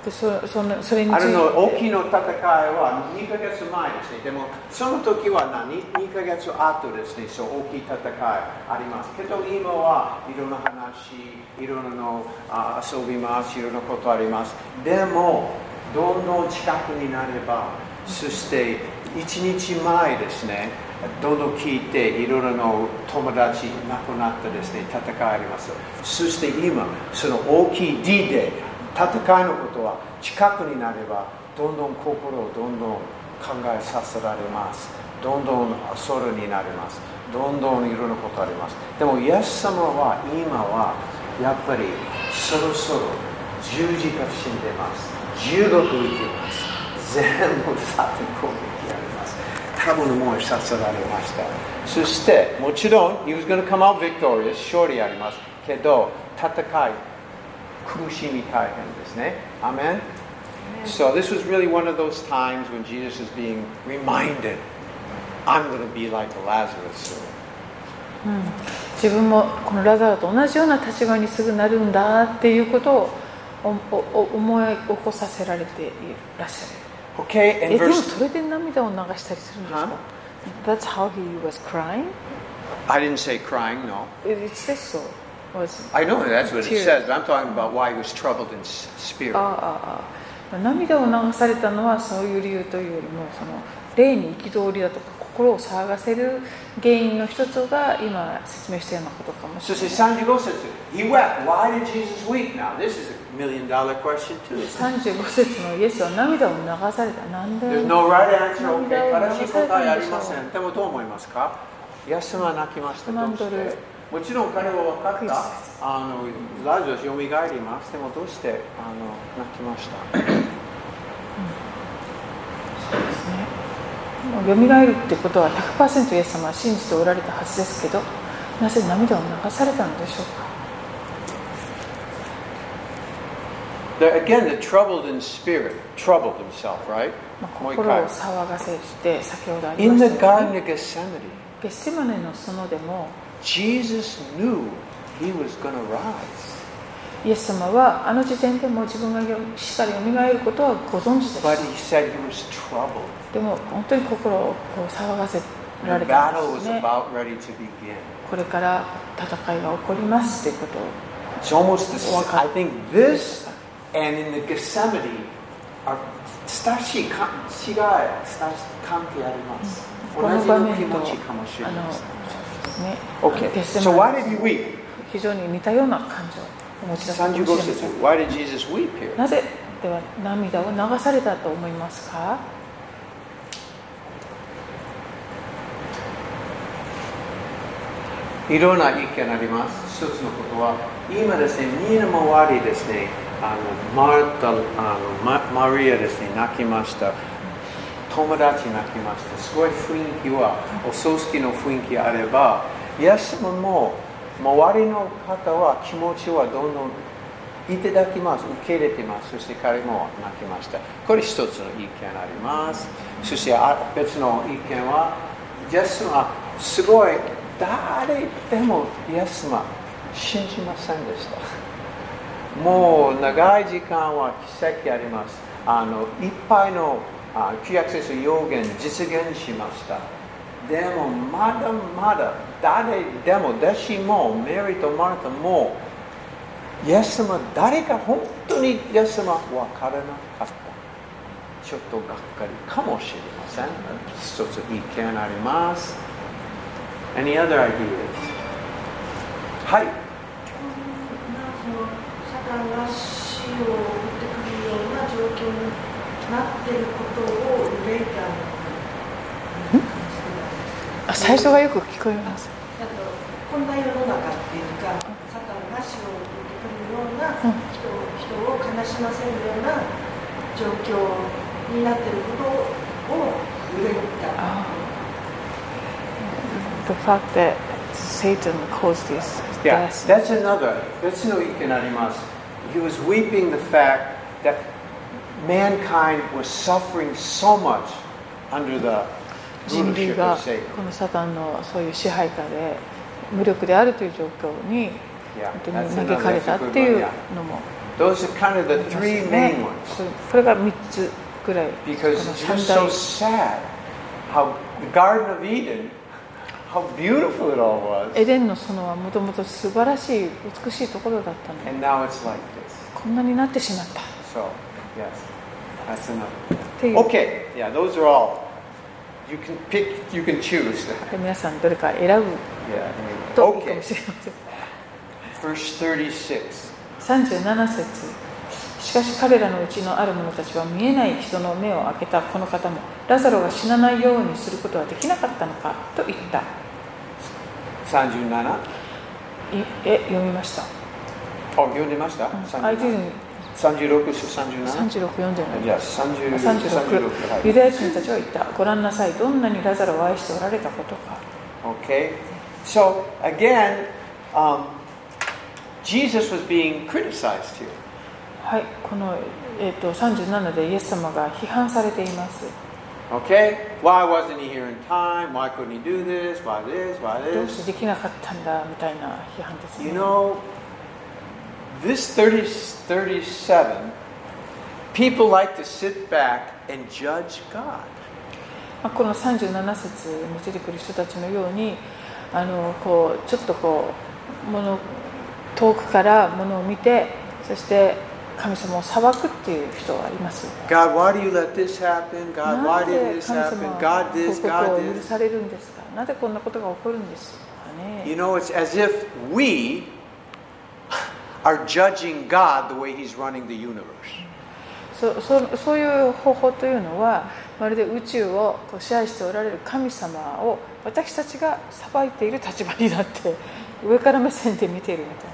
[SPEAKER 1] でそそのそれについ
[SPEAKER 2] I
[SPEAKER 1] て
[SPEAKER 2] don't know, 大きな戦いは2ヶ月前ですね。でも、その時は何 ?2 ヶ月後ですね。そう、大きい戦いあります。けど、今はいろんな話、いろんなのあ遊びます、いろんなことあります。でも、どんどん近くになれば、そして1日前ですね、どんどん聞いて、いろんなの友達亡くなったですね、戦いあります。そして今、その大きい D で、戦いのことは近くになればどんどん心をどんどん考えさせられますどんどんソロになりますどんどんいろんなことありますでもイエス様は今はやっぱりそろそろ十字架死んでます十六行きます全部サテ攻撃あります多分もうさせられましたそしてもちろん he was going to come out victorious 勝利ありますけど戦い苦しみ大変ですね。アーメン
[SPEAKER 3] ですね。
[SPEAKER 2] So this was really one of those times when Jesus is being reminded, I'm going to be like Lazarus soon.
[SPEAKER 1] うん、自分もこのラザロと同じような立場にすぐなるんだっていうことをおお思い起こさせられていらっしゃる。
[SPEAKER 2] Okay,
[SPEAKER 1] え
[SPEAKER 2] and
[SPEAKER 1] でも
[SPEAKER 2] verse.
[SPEAKER 1] それで涙を流したりするんですか
[SPEAKER 2] は
[SPEAKER 1] ?That's how he was crying?
[SPEAKER 2] I didn't say crying, no.
[SPEAKER 1] It says so. Was...
[SPEAKER 2] I know that's what it
[SPEAKER 1] Tears. Oh.
[SPEAKER 2] says, but I'm talking about why he was troubled in s- spirit.
[SPEAKER 1] ああああ涙を流されたのはそういう理由というよりもその霊に憤りだとか心を騒がせる原因の一つが今説明したようなことかもし
[SPEAKER 2] So
[SPEAKER 1] れない
[SPEAKER 2] say Sanjigo says it. He wept. Why did Jesus weep? Now this is a million dollar question too.
[SPEAKER 1] 35節のイエスは涙を流されたなんで
[SPEAKER 2] There's no right answer. Okay,
[SPEAKER 1] 涙を流
[SPEAKER 2] 正しい
[SPEAKER 1] され
[SPEAKER 2] 答え
[SPEAKER 1] た
[SPEAKER 2] あ
[SPEAKER 1] んで
[SPEAKER 2] り
[SPEAKER 1] し
[SPEAKER 2] ませ
[SPEAKER 1] ょ
[SPEAKER 2] ん。でもどう思いますかイエスは泣きました。
[SPEAKER 1] マン
[SPEAKER 2] ど
[SPEAKER 1] ド
[SPEAKER 2] う
[SPEAKER 1] ル
[SPEAKER 2] してもちろん彼は分かっ
[SPEAKER 1] クリ
[SPEAKER 2] た
[SPEAKER 1] ス。
[SPEAKER 2] あの、ラジオ蘇ります。でもどうしてあの泣きました
[SPEAKER 1] そうですね。よみがえるってことは100%イエス様は信じておられたはずですけど、なぜ涙を流されたのでしょうか。
[SPEAKER 2] The- again, the troubled in spirit, troubled himself, right?
[SPEAKER 1] まあ、
[SPEAKER 2] もう一
[SPEAKER 1] 心
[SPEAKER 2] 回
[SPEAKER 1] を。騒がせして、先ほどあり
[SPEAKER 2] In
[SPEAKER 1] ま
[SPEAKER 2] the
[SPEAKER 1] したよう
[SPEAKER 2] Garden
[SPEAKER 1] に
[SPEAKER 2] of Gethsemane,
[SPEAKER 1] ゲッセマネの園でも、
[SPEAKER 2] Jesus knew he was going to rise.
[SPEAKER 1] イエス様はあの時点でもう自分がよ死からよみがえることはご存知で
[SPEAKER 2] But
[SPEAKER 1] す。
[SPEAKER 2] he said he was troubled.
[SPEAKER 1] でも本当に心をこう騒がせ
[SPEAKER 2] The
[SPEAKER 1] られた
[SPEAKER 2] battle
[SPEAKER 1] んです
[SPEAKER 2] was
[SPEAKER 1] ね。
[SPEAKER 2] about ready to begin.
[SPEAKER 1] これから戦いが起こりますっていうことを
[SPEAKER 2] It's almost the
[SPEAKER 1] Well,
[SPEAKER 2] same.
[SPEAKER 1] okay.
[SPEAKER 2] I think this and in the Gethsemane are 親しいか違い、親しい関係あります。
[SPEAKER 1] この場面と
[SPEAKER 2] 同じの気持ちかもしれ
[SPEAKER 1] あ
[SPEAKER 2] ない
[SPEAKER 1] の
[SPEAKER 2] です
[SPEAKER 1] そ
[SPEAKER 2] ね。
[SPEAKER 1] うですね。
[SPEAKER 2] Okay.
[SPEAKER 1] ゲッセ
[SPEAKER 2] So
[SPEAKER 1] マ
[SPEAKER 2] why
[SPEAKER 1] ネ
[SPEAKER 2] did he weep?
[SPEAKER 1] 非常に似たような感情をお持ちだったかもしれま
[SPEAKER 2] 35
[SPEAKER 1] せ
[SPEAKER 2] 節
[SPEAKER 1] ん。
[SPEAKER 2] Why did Jesus weep here?
[SPEAKER 1] なぜでは涙を流されたと思いますか
[SPEAKER 2] いろんな意見あります。一つのことは、今ですね、みんな周りですね、あのマルタあのママリアですね、泣きました。友達泣きました。すごい雰囲気は、お葬式の雰囲気あれば、イエス様も周りの方は気持ちはどんどんいただきます、受け入れてます、そして彼も泣きました。これ一つの意見あります。そしてあ別の意見は、イエス様、すごい、誰でもイエス様、信じませんでした。もう長い時間は奇跡あります。あのいっぱいのあ旧約聖書要言実現しました。でもまだまだ誰でも弟子もメリーとマルタもイエス様誰か本当にイエス様分からなかった。ちょっとがっかりかもしれません。一つ意見あります。Any other ideas? は
[SPEAKER 3] まあ
[SPEAKER 2] い。
[SPEAKER 3] そのサタンが死を送ってくるような状況になってることを憂いたのかな感じてます。
[SPEAKER 1] あ最初がよく聞こえます。
[SPEAKER 3] なんかこんな世の中っていうか、サタンが死を送ってくるような人,、
[SPEAKER 1] うん
[SPEAKER 3] 人を悲しませるような状況になっていることを憂った。
[SPEAKER 1] あ The fact that Satan caused this
[SPEAKER 2] Yeah,
[SPEAKER 1] death.
[SPEAKER 2] that's another. That's no ikanarimas. He was weeping the fact that mankind was suffering so much under the
[SPEAKER 1] 人類
[SPEAKER 2] rulership of
[SPEAKER 1] が
[SPEAKER 2] Satan.
[SPEAKER 1] このサタンのそういう支配下で無力であるという状況に
[SPEAKER 2] Yeah,
[SPEAKER 1] 本当
[SPEAKER 2] that's
[SPEAKER 1] に嘆か
[SPEAKER 2] another.
[SPEAKER 1] れ
[SPEAKER 2] That's
[SPEAKER 1] た
[SPEAKER 2] a
[SPEAKER 1] っ
[SPEAKER 2] good
[SPEAKER 1] てい
[SPEAKER 2] one,
[SPEAKER 1] う
[SPEAKER 2] yeah.
[SPEAKER 1] のも
[SPEAKER 2] Those are kind of
[SPEAKER 1] ありま
[SPEAKER 2] the
[SPEAKER 1] すよ
[SPEAKER 2] three
[SPEAKER 1] ね
[SPEAKER 2] main ones.
[SPEAKER 1] これこれが3つぐらい
[SPEAKER 2] Because
[SPEAKER 1] この
[SPEAKER 2] it's just
[SPEAKER 1] 三
[SPEAKER 2] so
[SPEAKER 1] 大
[SPEAKER 2] sad how the Garden of Eden, how beautiful it all was.
[SPEAKER 1] エデンの園はもともと素晴らしい美しいところだったのに
[SPEAKER 2] And now it's like this.
[SPEAKER 1] こんなになってしまった
[SPEAKER 2] So, yes, that's another.
[SPEAKER 1] っていう
[SPEAKER 2] Okay, yeah, those are all. You can pick, you can choose.
[SPEAKER 1] で皆さんどれか選ぶ
[SPEAKER 2] Yeah. I mean,
[SPEAKER 1] といいか
[SPEAKER 2] Okay,
[SPEAKER 1] もしれません
[SPEAKER 2] verse 36.
[SPEAKER 1] 37節しかし彼らのうちのある者たちは見えない人の目を開けたこの方もラザロが死なないようにすることはできなかったのかと言ったい
[SPEAKER 2] 37.
[SPEAKER 1] え読みました
[SPEAKER 2] Oh, 読んでました？
[SPEAKER 1] 相手
[SPEAKER 2] 37.
[SPEAKER 1] に
[SPEAKER 2] 36
[SPEAKER 1] 36
[SPEAKER 2] 37?
[SPEAKER 1] 読んでない
[SPEAKER 2] Uh, Yes, 30
[SPEAKER 1] 36
[SPEAKER 2] 36
[SPEAKER 1] ユダヤ人たちは言ったご覧なさいどんなにラザロを愛しておられたことか
[SPEAKER 2] Okay. So, again, um, Jesus was being criticized here.
[SPEAKER 1] はいこのえー、と37でイエス様が批判されています。
[SPEAKER 2] Okay? Why wasn't he here in time? Why couldn't he do this? Why this? Why
[SPEAKER 1] どう
[SPEAKER 2] this?
[SPEAKER 1] してできなかったんだみたいな批判ですね。
[SPEAKER 2] You know, this 30, 37, people like to sit back and judge God.
[SPEAKER 1] まあこの37節に出てくる人たちのようにあのこうちょっとこうもの遠くからものを見てそして神様を裁くっていう人はいます。
[SPEAKER 2] God, why do you let this happen?
[SPEAKER 1] な
[SPEAKER 2] God,
[SPEAKER 1] ん
[SPEAKER 2] why
[SPEAKER 1] で
[SPEAKER 2] did this
[SPEAKER 1] 神様
[SPEAKER 2] happen?
[SPEAKER 1] は
[SPEAKER 2] God
[SPEAKER 1] こういう
[SPEAKER 2] this,
[SPEAKER 1] こと
[SPEAKER 2] God
[SPEAKER 1] を許
[SPEAKER 2] this.
[SPEAKER 1] されるんですかなぜこんなことが起こるんですかね
[SPEAKER 2] You know, it's as if we are judging God the way he's running the universe.
[SPEAKER 1] そそそういう方法というのはまるで宇宙をこう支配しておられる神様を私たちが裁いている立場になって上から目線で見ているみたいな。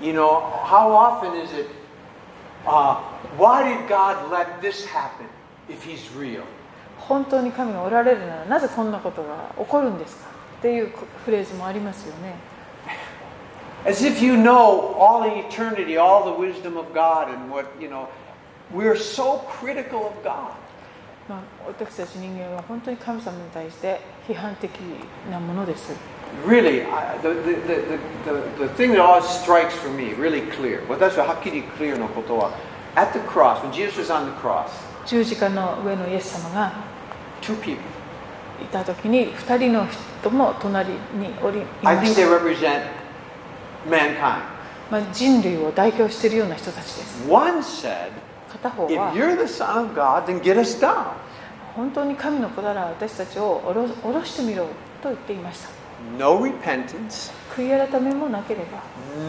[SPEAKER 2] You know, how often is it, uh, why did God let this happen if he's real?
[SPEAKER 1] 本当に神がおられるならなぜこんなことが起こるんですかっていうフレーズもありますよね
[SPEAKER 2] As if you know all the eternity, all the wisdom of God, and what, you know, we're so critical of God.
[SPEAKER 1] まあ私たち人間は本当に神様に対して批判的なものです
[SPEAKER 2] Really, I, the, the, the, the, the thing that always strikes for me, really clear, 私ははっきりクリアのことは at the cross, when Jesus was on the cross,
[SPEAKER 1] 十字架の上のイエス様が
[SPEAKER 2] two people.
[SPEAKER 1] いた時に2人の人も隣におりい
[SPEAKER 2] I
[SPEAKER 1] ま
[SPEAKER 2] think
[SPEAKER 1] し
[SPEAKER 2] they
[SPEAKER 1] た、
[SPEAKER 2] represent mankind.
[SPEAKER 1] まあ、人類を代表しているような人たちです
[SPEAKER 2] One said,
[SPEAKER 1] 片方
[SPEAKER 2] If
[SPEAKER 1] は
[SPEAKER 2] you're the Son of God, then get us down.
[SPEAKER 1] 本当に神の子なら私たちを下ろ下ろしてみろと言っていました
[SPEAKER 2] No repentance,
[SPEAKER 1] 悔い改めもなければ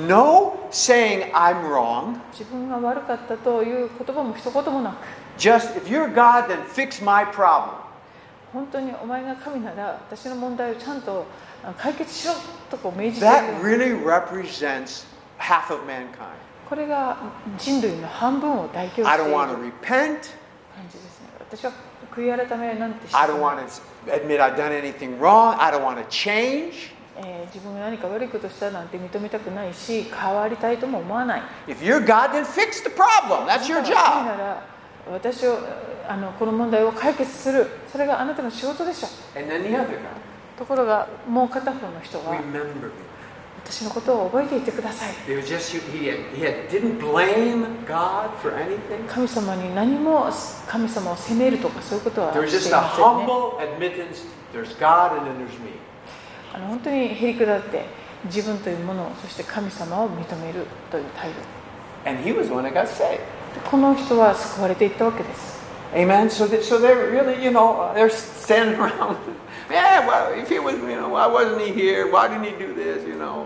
[SPEAKER 2] no saying I'm wrong.
[SPEAKER 1] 自分が悪かったという言葉も一言もなく
[SPEAKER 2] Just, if you're God, then fix my problem.
[SPEAKER 1] 本当にお前が神なら私の問題をちゃんとあ解決しろとこう命じてい
[SPEAKER 2] That
[SPEAKER 1] る
[SPEAKER 2] really represents half of mankind.
[SPEAKER 1] これが人類の半分を代表してい
[SPEAKER 2] I
[SPEAKER 1] る
[SPEAKER 2] don't
[SPEAKER 1] 感
[SPEAKER 2] want to repent.
[SPEAKER 1] じですね私は悔い改めなんてして
[SPEAKER 2] I
[SPEAKER 1] ない
[SPEAKER 2] don't want to admit I've done anything wrong. I don't want to change.
[SPEAKER 1] えー自分が何か悪いことしたなんて認めたくないし変わりたいとも思わない
[SPEAKER 2] If you're God, then fix the problem.
[SPEAKER 1] あ
[SPEAKER 2] That's your
[SPEAKER 1] なたが
[SPEAKER 2] job.
[SPEAKER 1] 神なら私をあのこの問題を解決するそれがあなたの仕事でしょ
[SPEAKER 2] And then the other guy,
[SPEAKER 1] ところがもう片方の人は
[SPEAKER 2] remember me.
[SPEAKER 1] 私のことを覚えていてください
[SPEAKER 2] They were just, he, had, he had, didn't blame God for anything.
[SPEAKER 1] 神様に何も神様を責めるとかそういうことは
[SPEAKER 2] There was
[SPEAKER 1] してい
[SPEAKER 2] just a
[SPEAKER 1] ませんね
[SPEAKER 2] humble admittance there's God and then there's me.
[SPEAKER 1] あの本当にへりくだって自分というものをそして神様を認めるという態度
[SPEAKER 2] And he was the one that got saved.
[SPEAKER 1] でこの人は救われていったわけです
[SPEAKER 2] Amen. So, they, so they're really, you know, they're standing around. yeah, well, if he was, you know, why wasn't he here? Why didn't he do this? You know,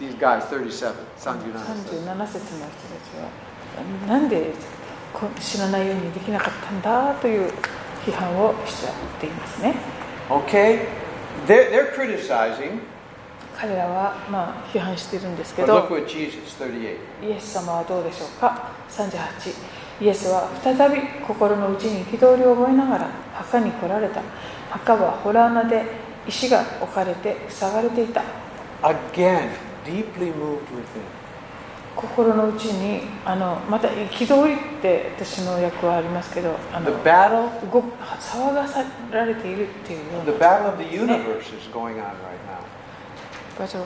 [SPEAKER 2] these guys, 37,
[SPEAKER 1] 37
[SPEAKER 2] 39.
[SPEAKER 1] 節の人たちはなんでこ死なないようにできなかったんだという批判をしていますね
[SPEAKER 2] Okay, they're, they're criticizing,
[SPEAKER 1] 彼らはまあ批判しているんですけ
[SPEAKER 2] but look
[SPEAKER 1] ど
[SPEAKER 2] what Jesus, 38.
[SPEAKER 1] イエス様はどうでしょうか38イエスは再び心の内に憤りを覚えながら墓に来られた墓は洞穴で石が置かれて塞がれていた
[SPEAKER 2] Again, deeply moved within.
[SPEAKER 1] 心の内にあのまた憤りって私の役はありますけどあの
[SPEAKER 2] The battle
[SPEAKER 1] 動く騒がさられているっていうような
[SPEAKER 2] The battle of the universe is going on right now.
[SPEAKER 1] 場所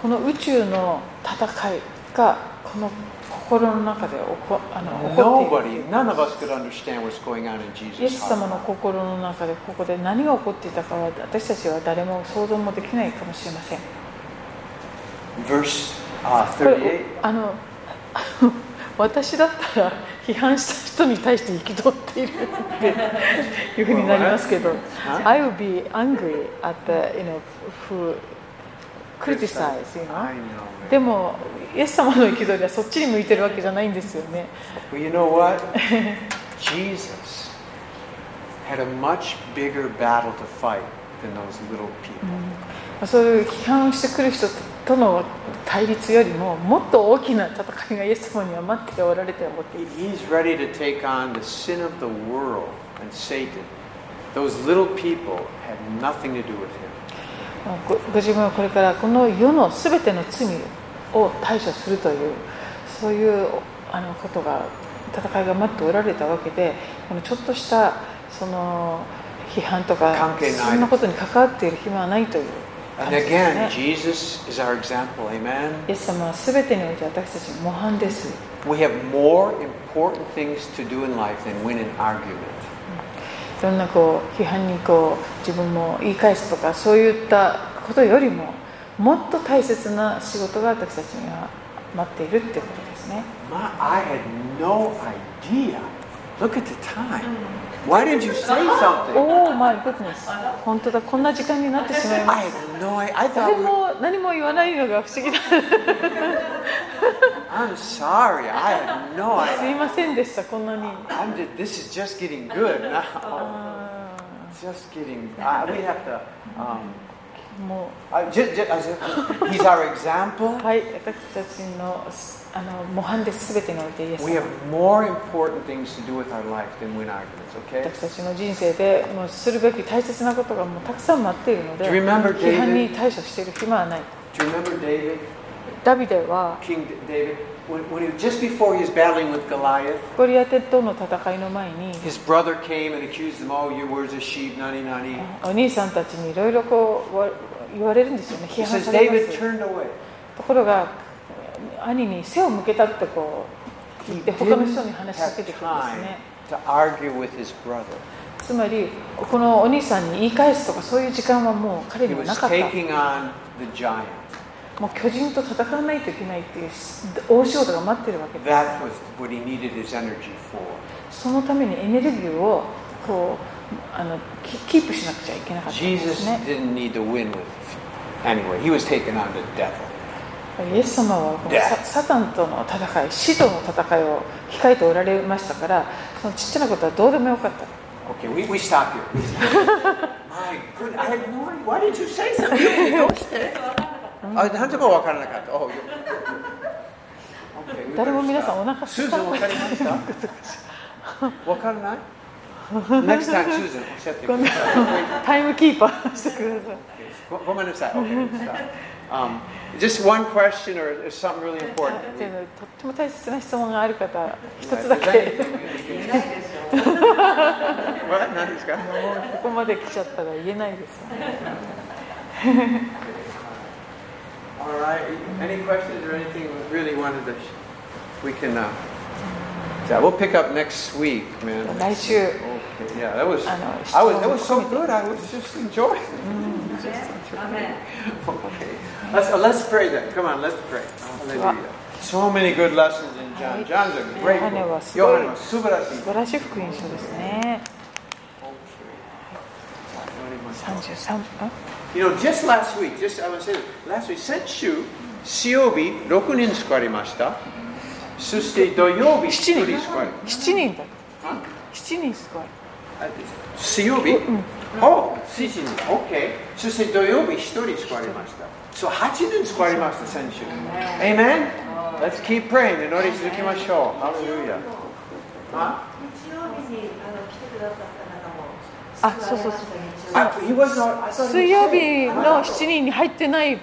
[SPEAKER 1] この宇宙の戦いがこの心の中で起こあの起こってい
[SPEAKER 2] Nobody,
[SPEAKER 1] る
[SPEAKER 2] none of us could understand what's going on in
[SPEAKER 1] イエ
[SPEAKER 2] Jesus'
[SPEAKER 1] ス様の
[SPEAKER 2] heart.
[SPEAKER 1] 心の中でここで何が起こっていたかは私たちは誰も想像もできないかもしれません。
[SPEAKER 2] Verse uh,
[SPEAKER 1] これ
[SPEAKER 2] 38.
[SPEAKER 1] あの あの私だったら批判した人に対して憤っているっていうふうになりますけど、I will be angry at the you know who criticize you
[SPEAKER 2] I
[SPEAKER 1] know。
[SPEAKER 2] know.
[SPEAKER 1] で
[SPEAKER 2] Man.
[SPEAKER 1] もイエス様の憤りはそっちに向いてるわけじゃないんですよね。
[SPEAKER 2] Well, you know what? Jesus had a much bigger battle to fight than those little people.
[SPEAKER 1] まあそういう批判をしてくる人との対立よりももっと大きな戦いがイエス様には待っておられて思っている
[SPEAKER 2] He- He's ready to take on the sin of the world and Satan. Those little people had nothing to do with him.
[SPEAKER 1] まあごご自分はこれからこの世の全ての罪を対処するというそういうあのことが戦いが待っておられたわけでこのちょっとしたその批判とか
[SPEAKER 2] 関係ない
[SPEAKER 1] そんなことに関わっている暇はないという感
[SPEAKER 2] And
[SPEAKER 1] じです
[SPEAKER 2] again,
[SPEAKER 1] ね。
[SPEAKER 2] Jesus is our example, amen?
[SPEAKER 1] イエス様は全てにおいて私たちの模範です。
[SPEAKER 2] We have more important things to do in life than win an argument.
[SPEAKER 1] いろんなこう批判にこう自分も言い返すとかそういったことよりももっと大切な仕事が私たちには待っているっていうことですね。
[SPEAKER 2] My, I had no idea. Look at the time. Why did you say something?
[SPEAKER 1] おお、マイグッドネス。本当だ、こんな時間になってしまいま
[SPEAKER 2] I
[SPEAKER 1] す。
[SPEAKER 2] had no idea. I
[SPEAKER 1] 誰
[SPEAKER 2] thought, we,
[SPEAKER 1] も何も言わないのが不思議だ。
[SPEAKER 2] I'm sorry. I had no
[SPEAKER 1] す
[SPEAKER 2] idea.
[SPEAKER 1] いませんでした、こんなに。
[SPEAKER 2] I'm just, this is just getting good now.
[SPEAKER 1] あ
[SPEAKER 2] Just getting. I, we have to. Um,
[SPEAKER 1] ーも
[SPEAKER 2] I, just, just, I said, he's our
[SPEAKER 1] う、
[SPEAKER 2] example.
[SPEAKER 1] はい、私たちのあの模範です、すべてにおいてイエス
[SPEAKER 2] We
[SPEAKER 1] 様。
[SPEAKER 2] have more important things to do with our life than win arguments. Okay.
[SPEAKER 1] 私たちの人生でもうするべき大切なことがもうたくさん待っているので
[SPEAKER 2] Do you remember,
[SPEAKER 1] 批判
[SPEAKER 2] David?
[SPEAKER 1] に対処している暇はない
[SPEAKER 2] Do you remember David,
[SPEAKER 1] ダビデは
[SPEAKER 2] King David, when, when he, just before he was battling with Goliath?
[SPEAKER 1] ゴリアテとの戦いの前に
[SPEAKER 2] His brother came and accused him, oh, your words are sheep, nani nani.
[SPEAKER 1] お兄さんたちにいろいろこうわ言われるんですよね
[SPEAKER 2] He
[SPEAKER 1] 批判
[SPEAKER 2] says,
[SPEAKER 1] されま
[SPEAKER 2] David
[SPEAKER 1] す
[SPEAKER 2] turned away.
[SPEAKER 1] ところが兄に背を向けたってこう言って他の人に話しかけて
[SPEAKER 2] have
[SPEAKER 1] くるんですね
[SPEAKER 2] time to argue with his brother.
[SPEAKER 1] つまりこのお兄さんに言い返すとかそういう時間はもう彼
[SPEAKER 2] He
[SPEAKER 1] には
[SPEAKER 2] was
[SPEAKER 1] なかった
[SPEAKER 2] taking on the giant.
[SPEAKER 1] もう巨人と戦わないといけないっていう大仕事が待ってるわけです
[SPEAKER 2] That was what he needed his energy for.
[SPEAKER 1] そのためにエネルギーをこうあのキキープしなくちゃいけなかったんで
[SPEAKER 2] Jesus
[SPEAKER 1] すね。
[SPEAKER 2] didn't need to win with anyway. He was taking on the devil.
[SPEAKER 1] イエス様はこの
[SPEAKER 2] Yeah.
[SPEAKER 1] ササタンとの戦い、死との戦いを控えておられましたから、そのちっちゃなことはどうでもよかった。
[SPEAKER 2] Okay, we, we stop here. We stop here. My goodness, I had no idea. Why did you say something? You don't say. Oh, なんともわからなかった。Oh, you- Okay, we
[SPEAKER 1] 誰も
[SPEAKER 2] better
[SPEAKER 1] 皆さ
[SPEAKER 2] stop.
[SPEAKER 1] んお腹すい
[SPEAKER 2] Susan,
[SPEAKER 1] た。
[SPEAKER 2] わかりましたわからない ?Next time, Susan,
[SPEAKER 1] ごめんタイムキーパーしてください。
[SPEAKER 2] おっしゃってください。ごめんなさい。Okay, stop. Um, Just one question or or something really important.
[SPEAKER 1] というのでとっても大切な質問がある方、一
[SPEAKER 2] Does
[SPEAKER 1] つだ
[SPEAKER 2] anything
[SPEAKER 1] け
[SPEAKER 2] we
[SPEAKER 4] い
[SPEAKER 2] can-
[SPEAKER 4] ないでしょ
[SPEAKER 2] What? 何ですか
[SPEAKER 1] ここまで来ちゃったら言えないですよね。
[SPEAKER 2] All right, any questions or anything we really wanted to, we can, uh, yeah, we'll pick up next week, man.
[SPEAKER 1] 来週
[SPEAKER 2] Okay, yeah, that was,
[SPEAKER 1] あの
[SPEAKER 2] I was, that was
[SPEAKER 1] 質問を
[SPEAKER 2] so
[SPEAKER 1] 含めて
[SPEAKER 2] good, I was just enjoying.
[SPEAKER 4] うね。アメン
[SPEAKER 2] Okay. Let's, uh, let's pray then. Come on, let's pray. Hallelujah. So many good lessons in John. John's a great book.
[SPEAKER 1] Yohane was-
[SPEAKER 2] Yohane was
[SPEAKER 1] 素
[SPEAKER 2] subarashii.
[SPEAKER 1] 晴らしい福音書ですね。
[SPEAKER 2] Okay.
[SPEAKER 1] 33分。
[SPEAKER 2] You know, just last week, just I was saying, last week, 先週、水曜日6人救われました。そして土曜日1人救われ
[SPEAKER 1] 7人だ
[SPEAKER 2] あ
[SPEAKER 1] 7人すごい
[SPEAKER 2] 水曜日、お水人、OK。そして土曜日1人救われました。そう、8人救われました、先週。Amen? Let's keep praying. 祈り続けましょう。ハレルヤ。あ
[SPEAKER 3] 日曜日にあの来てくださった
[SPEAKER 1] あ
[SPEAKER 3] 方も
[SPEAKER 1] そうそうそう
[SPEAKER 3] 救われました日曜日
[SPEAKER 2] I- Uh, he was not- I thought he was-
[SPEAKER 1] 水曜日の7人に入ってない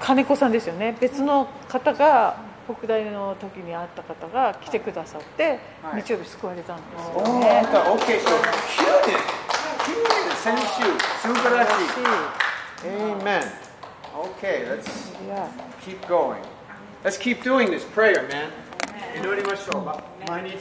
[SPEAKER 1] 金子さんですよね別の方が北大の時に会った方が来てくださって
[SPEAKER 2] はい
[SPEAKER 1] 日曜日救われたんです
[SPEAKER 2] お
[SPEAKER 1] よ
[SPEAKER 2] ー、
[SPEAKER 1] ね
[SPEAKER 2] 本当 OK。そう、9人。9人、先週。素晴らしい。Amen. Okay, let's
[SPEAKER 1] いや
[SPEAKER 2] keep going. Let's keep doing this prayer, man. 祈りましょう。毎日